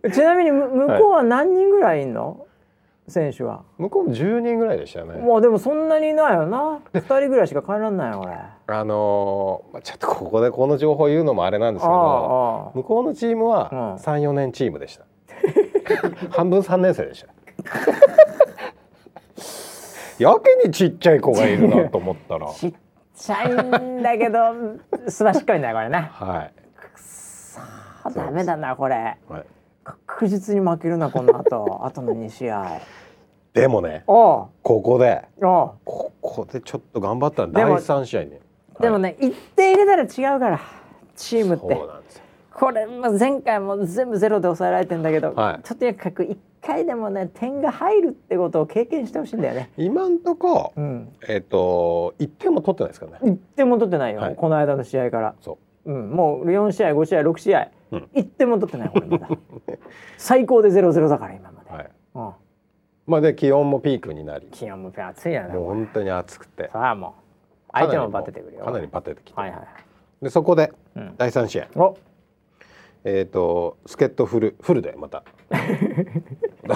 Speaker 1: うちなみにむ向こうは何人ぐらいいんの、選手は
Speaker 2: 向こうも10人ぐらいでしたよね
Speaker 1: もうでもそんなにいないよな2人ぐらいしか帰らんないよ 俺
Speaker 2: あのーまあ、ちょっとここでこの情報言うのもあれなんですけど
Speaker 1: あ
Speaker 2: 向こうのチームは
Speaker 1: うん
Speaker 2: 34年チームでした 半分3年生 でしたやけにちっちゃい子がいるなと思ったら
Speaker 1: あちっちゃいんだけどすばしっこいんだよこれね
Speaker 2: はい、
Speaker 1: あダメだなこれ
Speaker 2: はい、
Speaker 1: 確実に負けるなこの 後後の2試合
Speaker 2: でもね
Speaker 1: おう
Speaker 2: ここで
Speaker 1: おう
Speaker 2: ここでちょっと頑張ったら
Speaker 1: で
Speaker 2: 第
Speaker 1: も
Speaker 2: 3試合に
Speaker 1: でもね、一点入れたら違うからチームって
Speaker 2: そうなんですよ
Speaker 1: これも前回も全部ゼロで抑えられてんだけど、
Speaker 2: はい
Speaker 1: ちょっとやかく1回でもね点が入るってことを経験してほしいんだよね。
Speaker 2: 今んとこ
Speaker 1: うん、
Speaker 2: えっ、と一点も取ってないですからね
Speaker 1: 1点も取ってないよ、
Speaker 2: はい
Speaker 1: この間の試合から、
Speaker 2: そ
Speaker 1: うん、もう4試合5試合6試合、
Speaker 2: うん
Speaker 1: 1点も取ってない俺ま だ最高で0-0だから今まで、
Speaker 2: うはい
Speaker 1: うん、
Speaker 2: まあで気温もピークになり
Speaker 1: 気温も暑いよね
Speaker 2: もう本当に暑くて
Speaker 1: さあもう相手もバテてくるよ
Speaker 2: かなりバテてきて、
Speaker 1: はいはいはい
Speaker 2: でそこで
Speaker 1: うん、
Speaker 2: 第三試合
Speaker 1: お
Speaker 2: えっ、と助っ人フルフルで また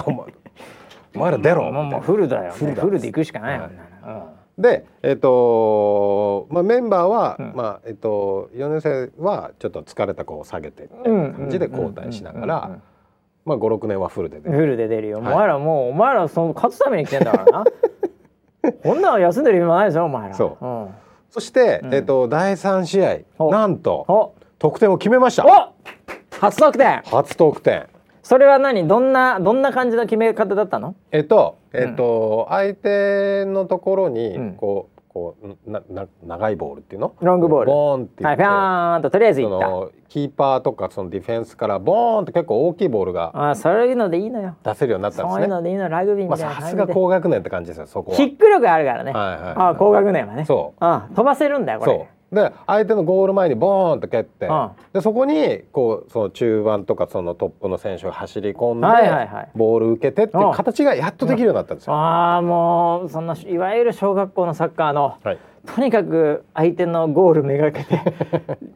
Speaker 2: お前お前ら出ろ
Speaker 1: もうも
Speaker 2: みた
Speaker 1: う
Speaker 2: い
Speaker 1: フルだよ、
Speaker 2: フル
Speaker 1: ね、
Speaker 2: だ
Speaker 1: フルで行くしかないよ、
Speaker 2: はい
Speaker 1: こんなの
Speaker 2: なでえっ、とまあメンバーは、
Speaker 1: うん
Speaker 2: まあえっ、と4年生はちょっと疲れた子を下げてみたい
Speaker 1: うん
Speaker 2: な感じで交代しながら、
Speaker 1: うんうん
Speaker 2: まあ56年はフルで出
Speaker 1: フ
Speaker 2: る
Speaker 1: ルで出るよ、
Speaker 2: はい
Speaker 1: お前らもうお前らその勝つために来てんだから なこんなの休んでる暇ないですよお前ら、
Speaker 2: そうん
Speaker 1: お
Speaker 2: そして、
Speaker 1: うん
Speaker 2: えっ、と第三試合
Speaker 1: お
Speaker 2: なんと
Speaker 1: お
Speaker 2: 得点を決めました
Speaker 1: 初得点
Speaker 2: 初得点
Speaker 1: それは何どんなどんな感じの決め方だったの
Speaker 2: えっと、えっと、相手のところ
Speaker 1: う
Speaker 2: に
Speaker 1: ん
Speaker 2: こう、こうなな長いボールっていうの
Speaker 1: ロングボール
Speaker 2: ボーンって言
Speaker 1: は
Speaker 2: っ
Speaker 1: いピ
Speaker 2: て、
Speaker 1: ャーンととりあえずい
Speaker 2: そ
Speaker 1: った
Speaker 2: のキーパーとかそのディフェンスからボーンって結構大きいボールが
Speaker 1: あーそういうのでいいのよ
Speaker 2: 出せるようになったん
Speaker 1: そう
Speaker 2: で
Speaker 1: いう
Speaker 2: すね。
Speaker 1: のでいいのラグビー
Speaker 2: ま
Speaker 1: み
Speaker 2: あ
Speaker 1: たいな
Speaker 2: さ
Speaker 1: 感
Speaker 2: す
Speaker 1: じ
Speaker 2: が
Speaker 1: で、
Speaker 2: 高学年って感じですよそこは。
Speaker 1: キック力あるからね、
Speaker 2: はいはいはい
Speaker 1: あー高学年はね
Speaker 2: そ
Speaker 1: あー飛ばせるんだよ
Speaker 2: う
Speaker 1: これ
Speaker 2: そう。で相手のゴール前にボーンって蹴って、
Speaker 1: うん
Speaker 2: でそこにこうその中盤とかそのトップの選手が走り込んで、
Speaker 1: はいはいはい
Speaker 2: ボール受けてっていう形がやっとできるようになったんですよ。
Speaker 1: ああもうそんないわゆる小学校のサッカーの
Speaker 2: はい
Speaker 1: とにかく相手のゴールめがけ て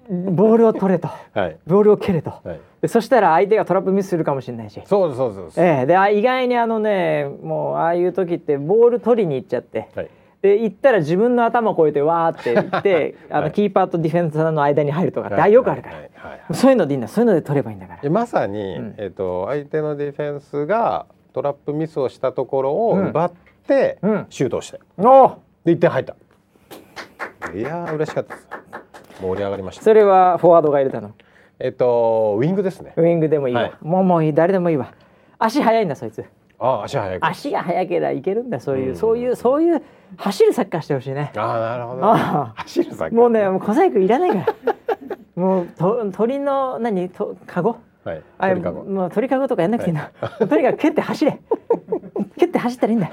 Speaker 1: ボールを取れと
Speaker 2: はい
Speaker 1: ボールを蹴れと、
Speaker 2: はい。
Speaker 1: でそしたら相手がトラップミスするかもしれないし、
Speaker 2: そうですそうですそうです。
Speaker 1: ええ、であ意外にあのねもうああいう時ってボール取りに行っちゃって。
Speaker 2: はい
Speaker 1: で行ったら自分の頭を越えてわーって行って あのキーパーとディフェンダーの間に入るとかって、あよくあるから、
Speaker 2: はいはいはい
Speaker 1: そういうのでいいんだそういうので取ればいいんだから
Speaker 2: えまさに、
Speaker 1: ん
Speaker 2: えっ、と相手のディフェンスがトラップミスをしたところを
Speaker 1: うん
Speaker 2: 奪って、
Speaker 1: うん
Speaker 2: シュートをして
Speaker 1: おお
Speaker 2: で1点入ったいやー嬉しかったです盛り上がりました
Speaker 1: それはフォワードが入れたの
Speaker 2: えっ、とウィングですね
Speaker 1: ウイングでもいいわ、
Speaker 2: はい
Speaker 1: もうもういい誰でもいいわ足速いんだそいつ
Speaker 2: あー足速いあ
Speaker 1: 足が速ければいけるんだそういう、そういうそういう走るサッカーしてほしいね
Speaker 2: あーなるほど
Speaker 1: あ
Speaker 2: 走る先
Speaker 1: もうねもう小細工いらないからもうと鳥の何とカゴ
Speaker 2: はい
Speaker 1: あれ
Speaker 2: 鳥かご
Speaker 1: もう鳥かごとかやんなくていいの、 とにかく蹴って走れ蹴って走ったらいいん だよ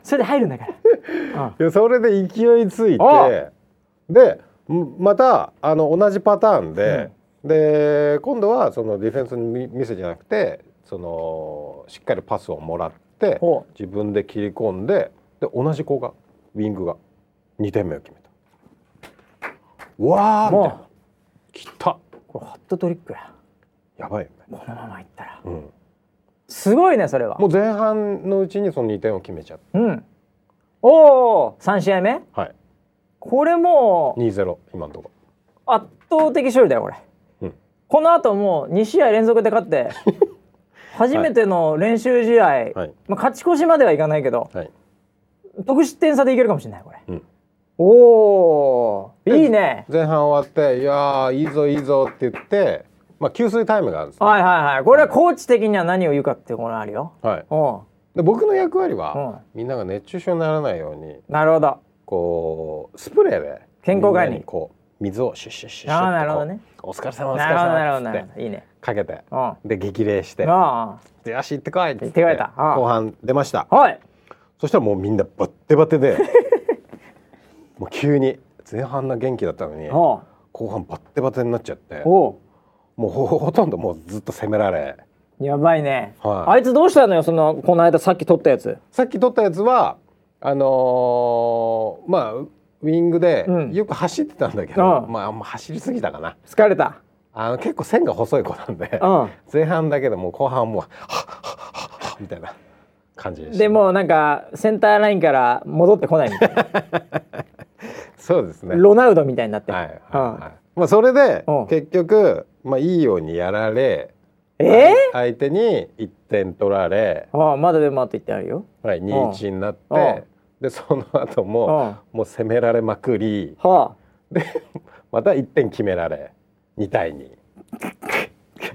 Speaker 1: うんそれで入るんだから、うん
Speaker 2: いやそれで勢いつい
Speaker 1: あ
Speaker 2: てでんまたあの同じパターンで、で今度はそのディフェンスにミスじゃなくてそのしっかりパスをもらって
Speaker 1: ほ
Speaker 2: 自分で切り込んでで同じ子がウィングが2点目を決めた。うわーみたいな
Speaker 1: も
Speaker 2: 来た
Speaker 1: これホットトリックや
Speaker 2: やばいよね、
Speaker 1: このままいったら
Speaker 2: うん、
Speaker 1: すごいねそれは
Speaker 2: もう前半のうちにその2点を決めちゃっ
Speaker 1: うんおお3試合目
Speaker 2: たはい
Speaker 1: これもう
Speaker 2: 2-0今のとこ
Speaker 1: 圧倒的勝利だよこれ、
Speaker 2: うん
Speaker 1: この後もう2試合連続で勝って 初めての練習試合、
Speaker 2: はい
Speaker 1: まあ、勝ち越しまではいかないけど
Speaker 2: はい、
Speaker 1: 得失点差でいけるかもしれないこれ、
Speaker 2: うん
Speaker 1: おーいいね
Speaker 2: 前半終わって「いやーいいぞいいぞ」って言って、まあ、給水タイムがあるんですよ、
Speaker 1: はいはいはいこれはコーチ的には何を言うかっていうことあるよ
Speaker 2: はい、
Speaker 1: う
Speaker 2: で僕の役割は、みんなが熱中症にならないように
Speaker 1: んなるほど
Speaker 2: こうスプレーで
Speaker 1: 健康管理
Speaker 2: みんなこう水をシュッシュッシュッシュッ
Speaker 1: あー
Speaker 2: と
Speaker 1: なるほどね
Speaker 2: こうお疲れ様お疲
Speaker 1: な
Speaker 2: れ
Speaker 1: るほどなる
Speaker 2: 様
Speaker 1: ほどな
Speaker 2: っ
Speaker 1: る
Speaker 2: つっ
Speaker 1: ほ
Speaker 2: て
Speaker 1: どいいね
Speaker 2: かけて
Speaker 1: うんあ
Speaker 2: で激励して
Speaker 1: あ
Speaker 2: 「よし行ってこい」っつ
Speaker 1: 行
Speaker 2: っ
Speaker 1: って
Speaker 2: て
Speaker 1: こいだあー
Speaker 2: 後半出ました
Speaker 1: はい
Speaker 2: そしたらもうみんなバッテバ テでもう急に前半の元気だったのに
Speaker 1: おう
Speaker 2: 後半バッテバテになっちゃって
Speaker 1: おう
Speaker 2: もうほほとんどもうずっと攻められ
Speaker 1: やばいね、
Speaker 2: はい
Speaker 1: あいつどうしたのよそのこの間さっき取ったやつ
Speaker 2: さっき取ったやつはあのーまあウィングで
Speaker 1: うん
Speaker 2: よく走ってたんだけど、
Speaker 1: うん
Speaker 2: まああんま走りすぎたかな
Speaker 1: 疲れた
Speaker 2: あの結構線が細い子なんで、
Speaker 1: うん
Speaker 2: 前半だけどもう後半はもうはっはっはっはみたいな感じでした
Speaker 1: でもうなんかセンターラインから戻ってこないみたいな
Speaker 2: そうですねはい
Speaker 1: ロナウドみたいになって、
Speaker 2: はい、はいまあ、それで
Speaker 1: うん
Speaker 2: 結局、まあ、いいようにやられ
Speaker 1: ええ
Speaker 2: 相手に1点取られ、
Speaker 1: ああまだでもあと言ってあるよ、
Speaker 2: はい、2-1になっ
Speaker 1: うんうん
Speaker 2: てでその後
Speaker 1: うん、
Speaker 2: も
Speaker 1: は
Speaker 2: もう攻められまくり
Speaker 1: あ
Speaker 2: でまた1点決められ2対2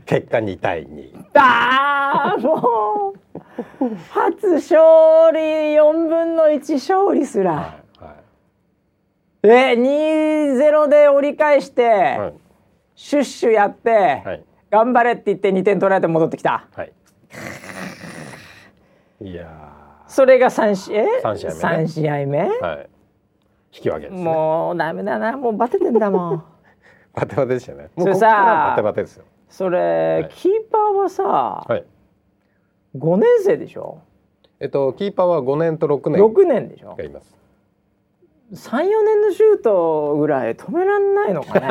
Speaker 2: 結果2対2
Speaker 1: あーもう 初勝利4分の1勝利すら、
Speaker 2: はいは
Speaker 1: えー、2-0で折り返して、
Speaker 2: いはい
Speaker 1: シュッシュやって、
Speaker 2: はい
Speaker 1: 頑張れって言って2点取られて戻ってきた
Speaker 2: はい。いや
Speaker 1: それが3試合
Speaker 2: 三試
Speaker 1: 三試合
Speaker 2: 合目ね
Speaker 1: 目
Speaker 2: ーはい。引き分けですね。
Speaker 1: もうダメだなもうバテてんだも ん
Speaker 2: バテバテでしたね。も
Speaker 1: それ
Speaker 2: うここ
Speaker 1: さ
Speaker 2: からバテバテですよ。
Speaker 1: それ、
Speaker 2: はい
Speaker 1: キーパーはさ、
Speaker 2: はい。
Speaker 1: 5年生でしょ
Speaker 2: えっとキーパーは5年と6年
Speaker 1: 6年でしょ
Speaker 2: がいます。
Speaker 1: 34年のシュートぐらい止めらんないの かね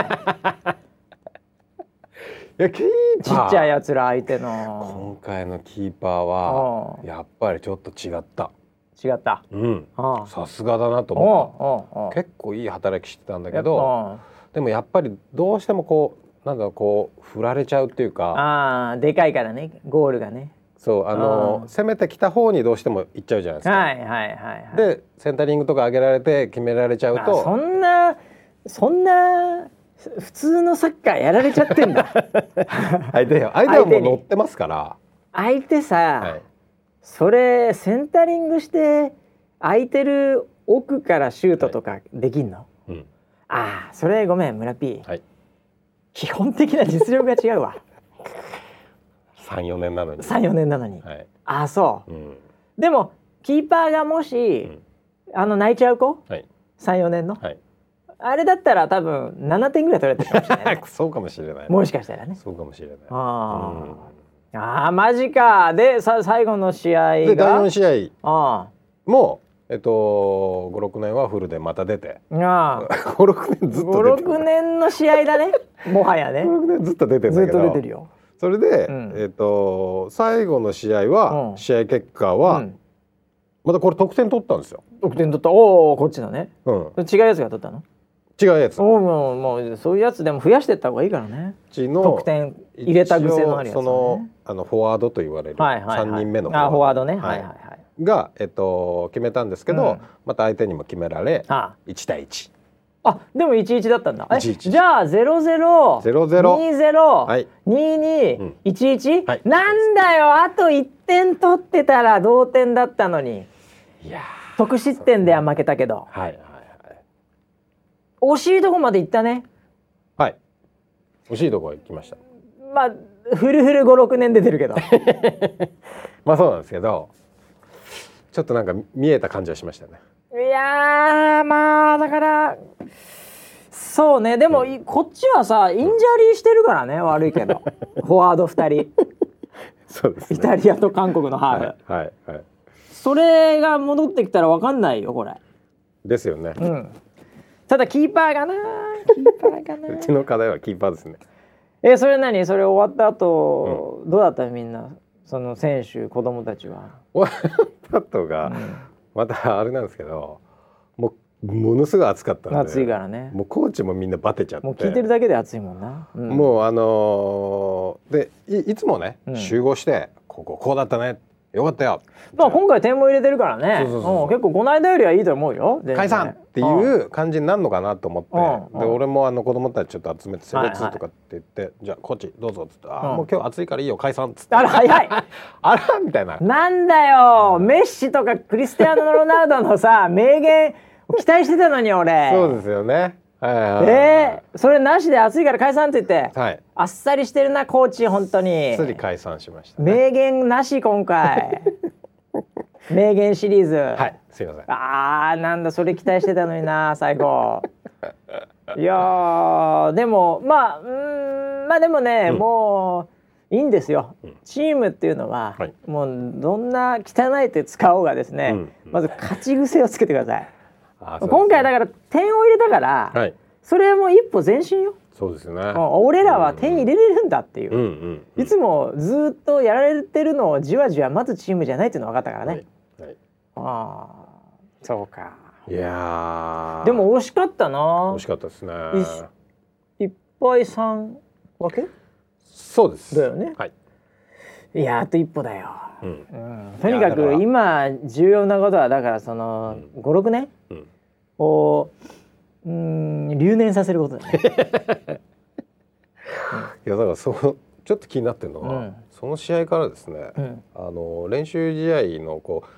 Speaker 2: いやキー
Speaker 1: ちっちゃい
Speaker 2: い。
Speaker 1: やつら相手の
Speaker 2: 今回のキーパーは
Speaker 1: うん
Speaker 2: やっぱりちょっと違った。
Speaker 1: 違った
Speaker 2: うん。
Speaker 1: うん
Speaker 2: さすがだなと
Speaker 1: おう
Speaker 2: 思っ
Speaker 1: おうおう
Speaker 2: た。結構いい働きしてたんだ
Speaker 1: や
Speaker 2: け
Speaker 1: っぱ
Speaker 2: ど、
Speaker 1: うん
Speaker 2: でもやっぱりどうしてもこうなんだろうこう振られちゃうっていうか、
Speaker 1: ああでかいからねゴールがね
Speaker 2: そうあの
Speaker 1: うん
Speaker 2: 攻めてきた方にどうしても行っちゃうじゃないですか。
Speaker 1: はいはいはいはい
Speaker 2: でセンタリングとか上げられて決められちゃう
Speaker 1: あ
Speaker 2: と
Speaker 1: そんなそんな普通のサッカーやられちゃってん だ
Speaker 2: 相手よ相手は
Speaker 1: 相
Speaker 2: も
Speaker 1: 手
Speaker 2: う
Speaker 1: に
Speaker 2: 乗ってますから、
Speaker 1: 相手さ、
Speaker 2: はい、
Speaker 1: それセンタリングして空いてる奥からシュートとかできんの、
Speaker 2: うん、
Speaker 1: ああそれごめん村 P、
Speaker 2: はい
Speaker 1: 基本的な実力が違う わ
Speaker 2: 34年なのに、
Speaker 1: 34年なのに、
Speaker 2: はい
Speaker 1: ああそ
Speaker 2: うん、
Speaker 1: うでもキーパーがもし、
Speaker 2: ん
Speaker 1: あの泣いちゃう子
Speaker 2: はい
Speaker 1: 34年の、
Speaker 2: はい
Speaker 1: あれだったら多分7点ぐらい取られてるかもしれないね
Speaker 2: そうかもしれない
Speaker 1: もしかしたらね
Speaker 2: そうかもしれない
Speaker 1: あ
Speaker 2: うん
Speaker 1: ー、あーマジかでさ最後の試合
Speaker 2: で第
Speaker 1: が
Speaker 2: 4試
Speaker 1: あ
Speaker 2: 合もえっと56年はフルでまた出て
Speaker 1: ーあー
Speaker 2: 56年ずっと出てる
Speaker 1: 56年の試合だねもはやね
Speaker 2: 56年ずっと 出てん
Speaker 1: ず
Speaker 2: だ
Speaker 1: っ
Speaker 2: け
Speaker 1: と
Speaker 2: ど
Speaker 1: 出てるよ、
Speaker 2: それで、
Speaker 1: うん
Speaker 2: えっと最後の試合は、
Speaker 1: うん
Speaker 2: 試合結果
Speaker 1: う
Speaker 2: は、
Speaker 1: ん、
Speaker 2: またこれ得点取ったんですよ、
Speaker 1: 得点取ったおおこっちのね
Speaker 2: うん、
Speaker 1: 違うやつが取ったの
Speaker 2: 違うやつ
Speaker 1: おおもうもうそういうやつでも増やしてった方がいいからね
Speaker 2: ちの
Speaker 1: 得点入れた癖のあるやつ、
Speaker 2: 一応そ
Speaker 1: ね、
Speaker 2: のあのフォワードと言われる
Speaker 1: はいはい、はい、
Speaker 2: 3人目の
Speaker 1: あーフォワードね、はい、はい
Speaker 2: は
Speaker 1: はい
Speaker 2: いが、えっと、決めたんですけど、
Speaker 1: うん
Speaker 2: また相手にも決められ
Speaker 1: あ
Speaker 2: 1対
Speaker 1: ー
Speaker 2: 1。
Speaker 1: あでも11だったんだえ
Speaker 2: 11
Speaker 1: じゃあ0 0
Speaker 2: 0-0
Speaker 1: 2 0
Speaker 2: はい
Speaker 1: 22、11、
Speaker 2: はい
Speaker 1: なんだよあと1点取ってたら同点だったのに
Speaker 2: いや
Speaker 1: 得失点では負けたけど
Speaker 2: ーはいはいはい
Speaker 1: 惜しいとこまでいったね
Speaker 2: はい惜しいところ行きました
Speaker 1: まあフルフル56年出てるけど
Speaker 2: まあそうなんですけどちょっとなんか見えた感じはしましたね
Speaker 1: いやーまあだからそうねでも、いこっちはさインジャリーしてるからね悪いけ どフォワード2人
Speaker 2: そうで す
Speaker 1: イタリアと韓国のハー
Speaker 2: は
Speaker 1: フ、
Speaker 2: いはいはい
Speaker 1: それが戻ってきたら分かんないよこれ
Speaker 2: ですよね、う
Speaker 1: うんただキーパーがなキーパーが な
Speaker 2: ちの課題はキーパーですね
Speaker 1: えそれ何それ終わった後、どうだったみんなその選手子供たちは
Speaker 2: 終わった後がまたあれなんですけどもうものすごい暑かったんで
Speaker 1: 暑いからね
Speaker 2: もうコーチもみんなバテちゃって
Speaker 1: もう聞いてるだけで暑いもんな、うん
Speaker 2: もうあのーでいいつもね、
Speaker 1: うん
Speaker 2: 集合して「こここうだったねよかったよ
Speaker 1: まあ今回点も入れてるからね
Speaker 2: そうそうそうそう
Speaker 1: うん結構この間よりはいいと思うよ全然
Speaker 2: 解散!」っていう感じになるのかなと思って、
Speaker 1: うん
Speaker 2: で
Speaker 1: うん
Speaker 2: 俺もあの子供たちちょっと集めて「セ
Speaker 1: はいは
Speaker 2: レ
Speaker 1: い
Speaker 2: ツ」とかって言って「じゃあコーチどうぞ」っつって「あー、
Speaker 1: うん
Speaker 2: もう今日暑いからいいよ解散」っつって
Speaker 1: あら早い
Speaker 2: あらみたいな
Speaker 1: なんだよメッシとかクリスティアーノ・ロナウドの さ名言期待してたのに俺
Speaker 2: そうですよねはいはいはい、
Speaker 1: えーそれなしで暑いから解散って言って、
Speaker 2: はい
Speaker 1: あっさりしてるなコーチ本当に
Speaker 2: すっり解散しましたね
Speaker 1: 名言なし今 回名言シリーズ、
Speaker 2: はいすいません
Speaker 1: あーなんだそれ期待してたのにな最後いやーでもまあうーんまあでもね、もういいんですよ、チームっていうのは、
Speaker 2: はい
Speaker 1: もうどんな汚い手使おうがですね、
Speaker 2: うん
Speaker 1: まず勝ち癖をつけてください
Speaker 2: あーそうですね
Speaker 1: 今回だから点を入れたから、
Speaker 2: はい
Speaker 1: それも一歩前進よ、
Speaker 2: そうですね
Speaker 1: うん俺らは点入れれるんだっていう、
Speaker 2: うんうんうん
Speaker 1: いつもずーっとやられてるのをじわじわ待つチームじゃないっていうのは分かったからね、
Speaker 2: はいはい
Speaker 1: ああそうか
Speaker 2: いやー
Speaker 1: でも惜しかったな
Speaker 2: 惜しかったですね
Speaker 1: いしいっぱい3分け
Speaker 2: そうです
Speaker 1: だよね
Speaker 2: はい、
Speaker 1: いやあと一歩だよ、
Speaker 2: うん
Speaker 1: うんとにか
Speaker 2: いやだ
Speaker 1: く
Speaker 2: から
Speaker 1: 今重要なことはだからその56年
Speaker 2: うん、
Speaker 1: をうーん留年させることだね
Speaker 2: いやだからそのちょっと気になってるのは、
Speaker 1: うん
Speaker 2: その試合からですね、
Speaker 1: うん
Speaker 2: あの練習試合のこう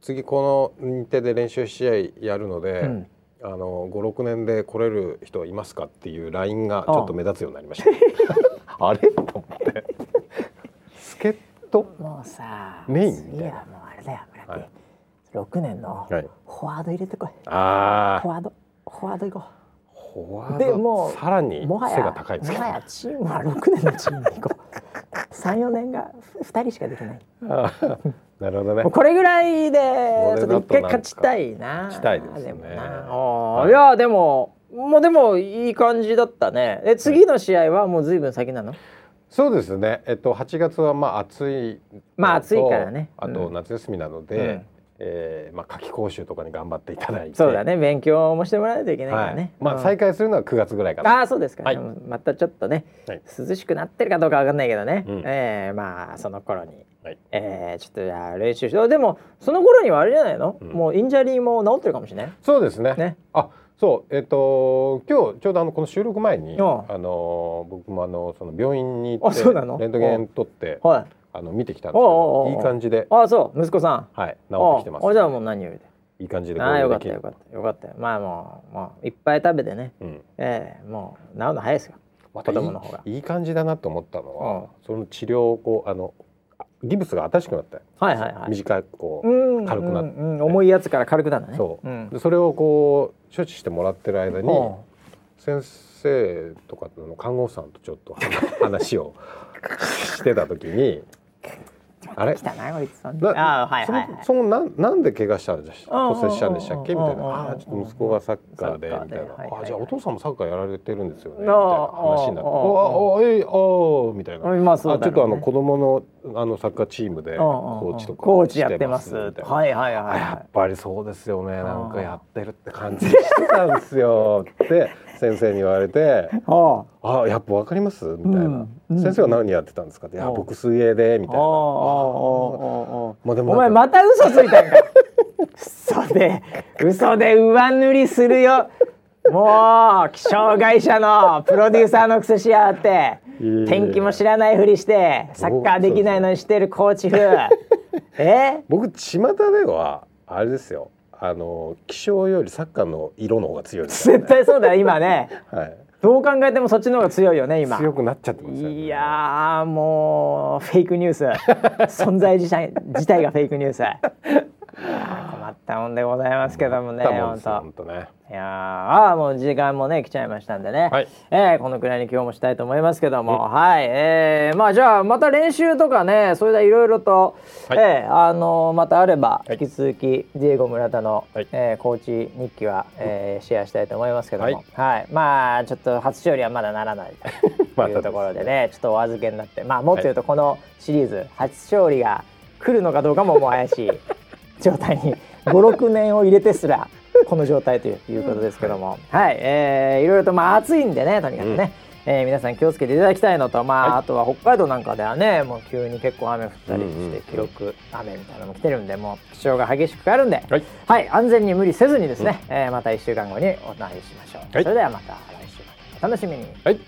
Speaker 2: 次この日程で練習試合やるので、
Speaker 1: うん
Speaker 2: あの56年で来れる人いますかっていうラインがちょっと目立つようになりました あれと思って 助っ人
Speaker 1: もうさ
Speaker 2: メインみ
Speaker 1: 次
Speaker 2: たいな
Speaker 1: はもうあれだよ村木、
Speaker 2: はい
Speaker 1: 6年の
Speaker 2: はい
Speaker 1: フォワード入れてこい、
Speaker 2: あ
Speaker 1: フォワードフォワード行こ
Speaker 2: フォワード
Speaker 1: でもう
Speaker 2: さらに
Speaker 1: うもはや
Speaker 2: 背が高いですけ
Speaker 1: も
Speaker 2: ど
Speaker 1: はやチームは6年のチームで行こう34年が2人しかできない
Speaker 2: あーなるほどね
Speaker 1: もうこれぐらいで
Speaker 2: こ
Speaker 1: ちょ
Speaker 2: れだと
Speaker 1: っと一回勝ちたいな
Speaker 2: したいですね
Speaker 1: もなあー
Speaker 2: はい
Speaker 1: いやでももうでもいい感じだったねえ次の試合はもうずいぶん先なの
Speaker 2: そうですねえっと8月はまあ暑い
Speaker 1: まあ
Speaker 2: のと
Speaker 1: 暑いからね
Speaker 2: あ
Speaker 1: う
Speaker 2: と
Speaker 1: ん
Speaker 2: 夏休みなので、
Speaker 1: うん
Speaker 2: えーまあ夏季講習とかに頑張っていただいて
Speaker 1: そうだね勉強もしてもらわないといけないか
Speaker 2: は
Speaker 1: ら
Speaker 2: い
Speaker 1: ね、
Speaker 2: ま
Speaker 1: うん
Speaker 2: あ再開するのは9月ぐらいかな
Speaker 1: ああそうですか、
Speaker 2: はい
Speaker 1: うんまたちょっとね、
Speaker 2: はい
Speaker 1: 涼しくなってるかどうかわかんないけどね、
Speaker 2: うん
Speaker 1: ええまあその頃に、
Speaker 2: はい
Speaker 1: ええちょっとじゃあ練習してでもその頃にはあれじゃないの、
Speaker 2: うん
Speaker 1: もうインジャリーも治ってるかもしれない
Speaker 2: そうですね
Speaker 1: ね
Speaker 2: あそうえっ、と今日ちょうどあのこの収録前に
Speaker 1: う
Speaker 2: あ
Speaker 1: ん
Speaker 2: の僕もあのその病院に行って
Speaker 1: あそうなの
Speaker 2: レントゲン撮って
Speaker 1: はい
Speaker 2: あの見てきたんですけ
Speaker 1: おうおうお
Speaker 2: ど
Speaker 1: う
Speaker 2: いい感じで
Speaker 1: ああそう息子さん
Speaker 2: はい治
Speaker 1: あ
Speaker 2: ってきてます
Speaker 1: あじゃあもう何よりで
Speaker 2: いい感じで
Speaker 1: ああよかった
Speaker 2: 合
Speaker 1: よかったよかったよまあもうもういっぱい食べてね
Speaker 2: うん
Speaker 1: ええもう治るの早いですよ
Speaker 2: またい
Speaker 1: 子供の方が
Speaker 2: いいい感じだなと思ったのはその治療をこうあのギブスが新しくなった
Speaker 1: はいはいはい
Speaker 2: 短くこう
Speaker 1: うん
Speaker 2: 軽くなっ
Speaker 1: うんうん重いやつから軽くなるんだね
Speaker 2: そ
Speaker 1: う
Speaker 2: う
Speaker 1: ん
Speaker 2: でそれをこう処置してもらってる間に
Speaker 1: うん
Speaker 2: 先生とかの看護師さんとちょっと話を してた時にあれ
Speaker 1: 来たなこいつさん
Speaker 2: な
Speaker 1: ああはいはいはい
Speaker 2: そのそのなんなんで怪我したんでし
Speaker 1: うんうんうん
Speaker 2: 骨折したんでしたっけみた
Speaker 1: う
Speaker 2: いな
Speaker 1: んうんうん
Speaker 2: ああーちょっと息子がサッカーで
Speaker 1: サッカー
Speaker 2: み
Speaker 1: で
Speaker 2: たいな
Speaker 1: はいはいはい
Speaker 2: あじゃあお父さんもサッカーやられてるんですよね
Speaker 1: あー
Speaker 2: みたいな話になって
Speaker 1: あー
Speaker 2: おああえいあーみたいな。
Speaker 1: まあそう
Speaker 2: あ
Speaker 1: だ
Speaker 2: ちょっ
Speaker 1: ろう
Speaker 2: とあ
Speaker 1: ね
Speaker 2: の子供のあのサッカーチームで
Speaker 1: コ
Speaker 2: コーチとか
Speaker 1: コーチやってます
Speaker 2: してみたいな
Speaker 1: はいはいはい
Speaker 2: あ
Speaker 1: は
Speaker 2: やっぱりそうですよねなんかやってるって感じしてたんです よって先生に言われて
Speaker 1: いあ
Speaker 2: 「あやっぱわかります?」みたいな
Speaker 1: う
Speaker 2: 「
Speaker 1: ん
Speaker 2: 先生は何やってたんですか?」って「いや
Speaker 1: うん
Speaker 2: 僕水泳で」み
Speaker 1: あ
Speaker 2: た
Speaker 1: あ
Speaker 2: いな。
Speaker 1: お
Speaker 2: まあでも
Speaker 1: 前
Speaker 2: なん
Speaker 1: ま
Speaker 2: か
Speaker 1: た嘘ついたんか嘘で嘘で上塗りするよもう気象会社のプロデューサーのくせしやがって
Speaker 2: いやいや
Speaker 1: 天気も知らないふりしてサッカーできないのにしてるコーチ風え
Speaker 2: 僕巷ではあれですよあの気象よりサッカーの色の方が強いですよ
Speaker 1: 絶対そうだよ今ね
Speaker 2: はい、
Speaker 1: どう考えてもそっちの方が強いよね今
Speaker 2: 強くなっちゃってますよね
Speaker 1: いやーもうフェイクニュース 存在自体自体がフェイクニュースいやー困ったもんでございますけどもね
Speaker 2: だもん
Speaker 1: 本
Speaker 2: ですよほ
Speaker 1: 当
Speaker 2: んとね
Speaker 1: いやーあーもう時間もね来ちゃいましたんでね、
Speaker 2: はい
Speaker 1: えーこのくらいに今日もしたいと思いますけども、はいえー、まあじゃあまた練習とかねそれでいろいろと、
Speaker 2: はい
Speaker 1: えーあのーまたあれば
Speaker 2: い
Speaker 1: 引き続き、ディエゴ村田の、
Speaker 2: はい
Speaker 1: えーコーチ日記は、えーシェアしたいと思いますけども、は
Speaker 2: はいい
Speaker 1: まあちょっと初勝利はまだならないと
Speaker 2: ま
Speaker 1: い
Speaker 2: た
Speaker 1: うところでねちょっとお預けになってまあもっと言うとこのシリーズ初勝利が来るのかどうかももう怪しい 状態に56年を入れてすらこの状態といういうことですけど も、はい、えーいろいろとまあ暑いんでねとにかくね、えー皆さん気をつけていただきたいのと、まああとは北海道なんかではねもう急に結構雨降ったり
Speaker 2: うん
Speaker 1: し
Speaker 2: うんう
Speaker 1: て
Speaker 2: ん
Speaker 1: 記録雨みたいなのも来てるんでもう気象が激しく変わるんで、
Speaker 2: はい
Speaker 1: はい、安全に無理せずにですね、えーまた1週間後にお話ししましょう。
Speaker 2: はい
Speaker 1: それではまた来週お楽しみに。
Speaker 2: はい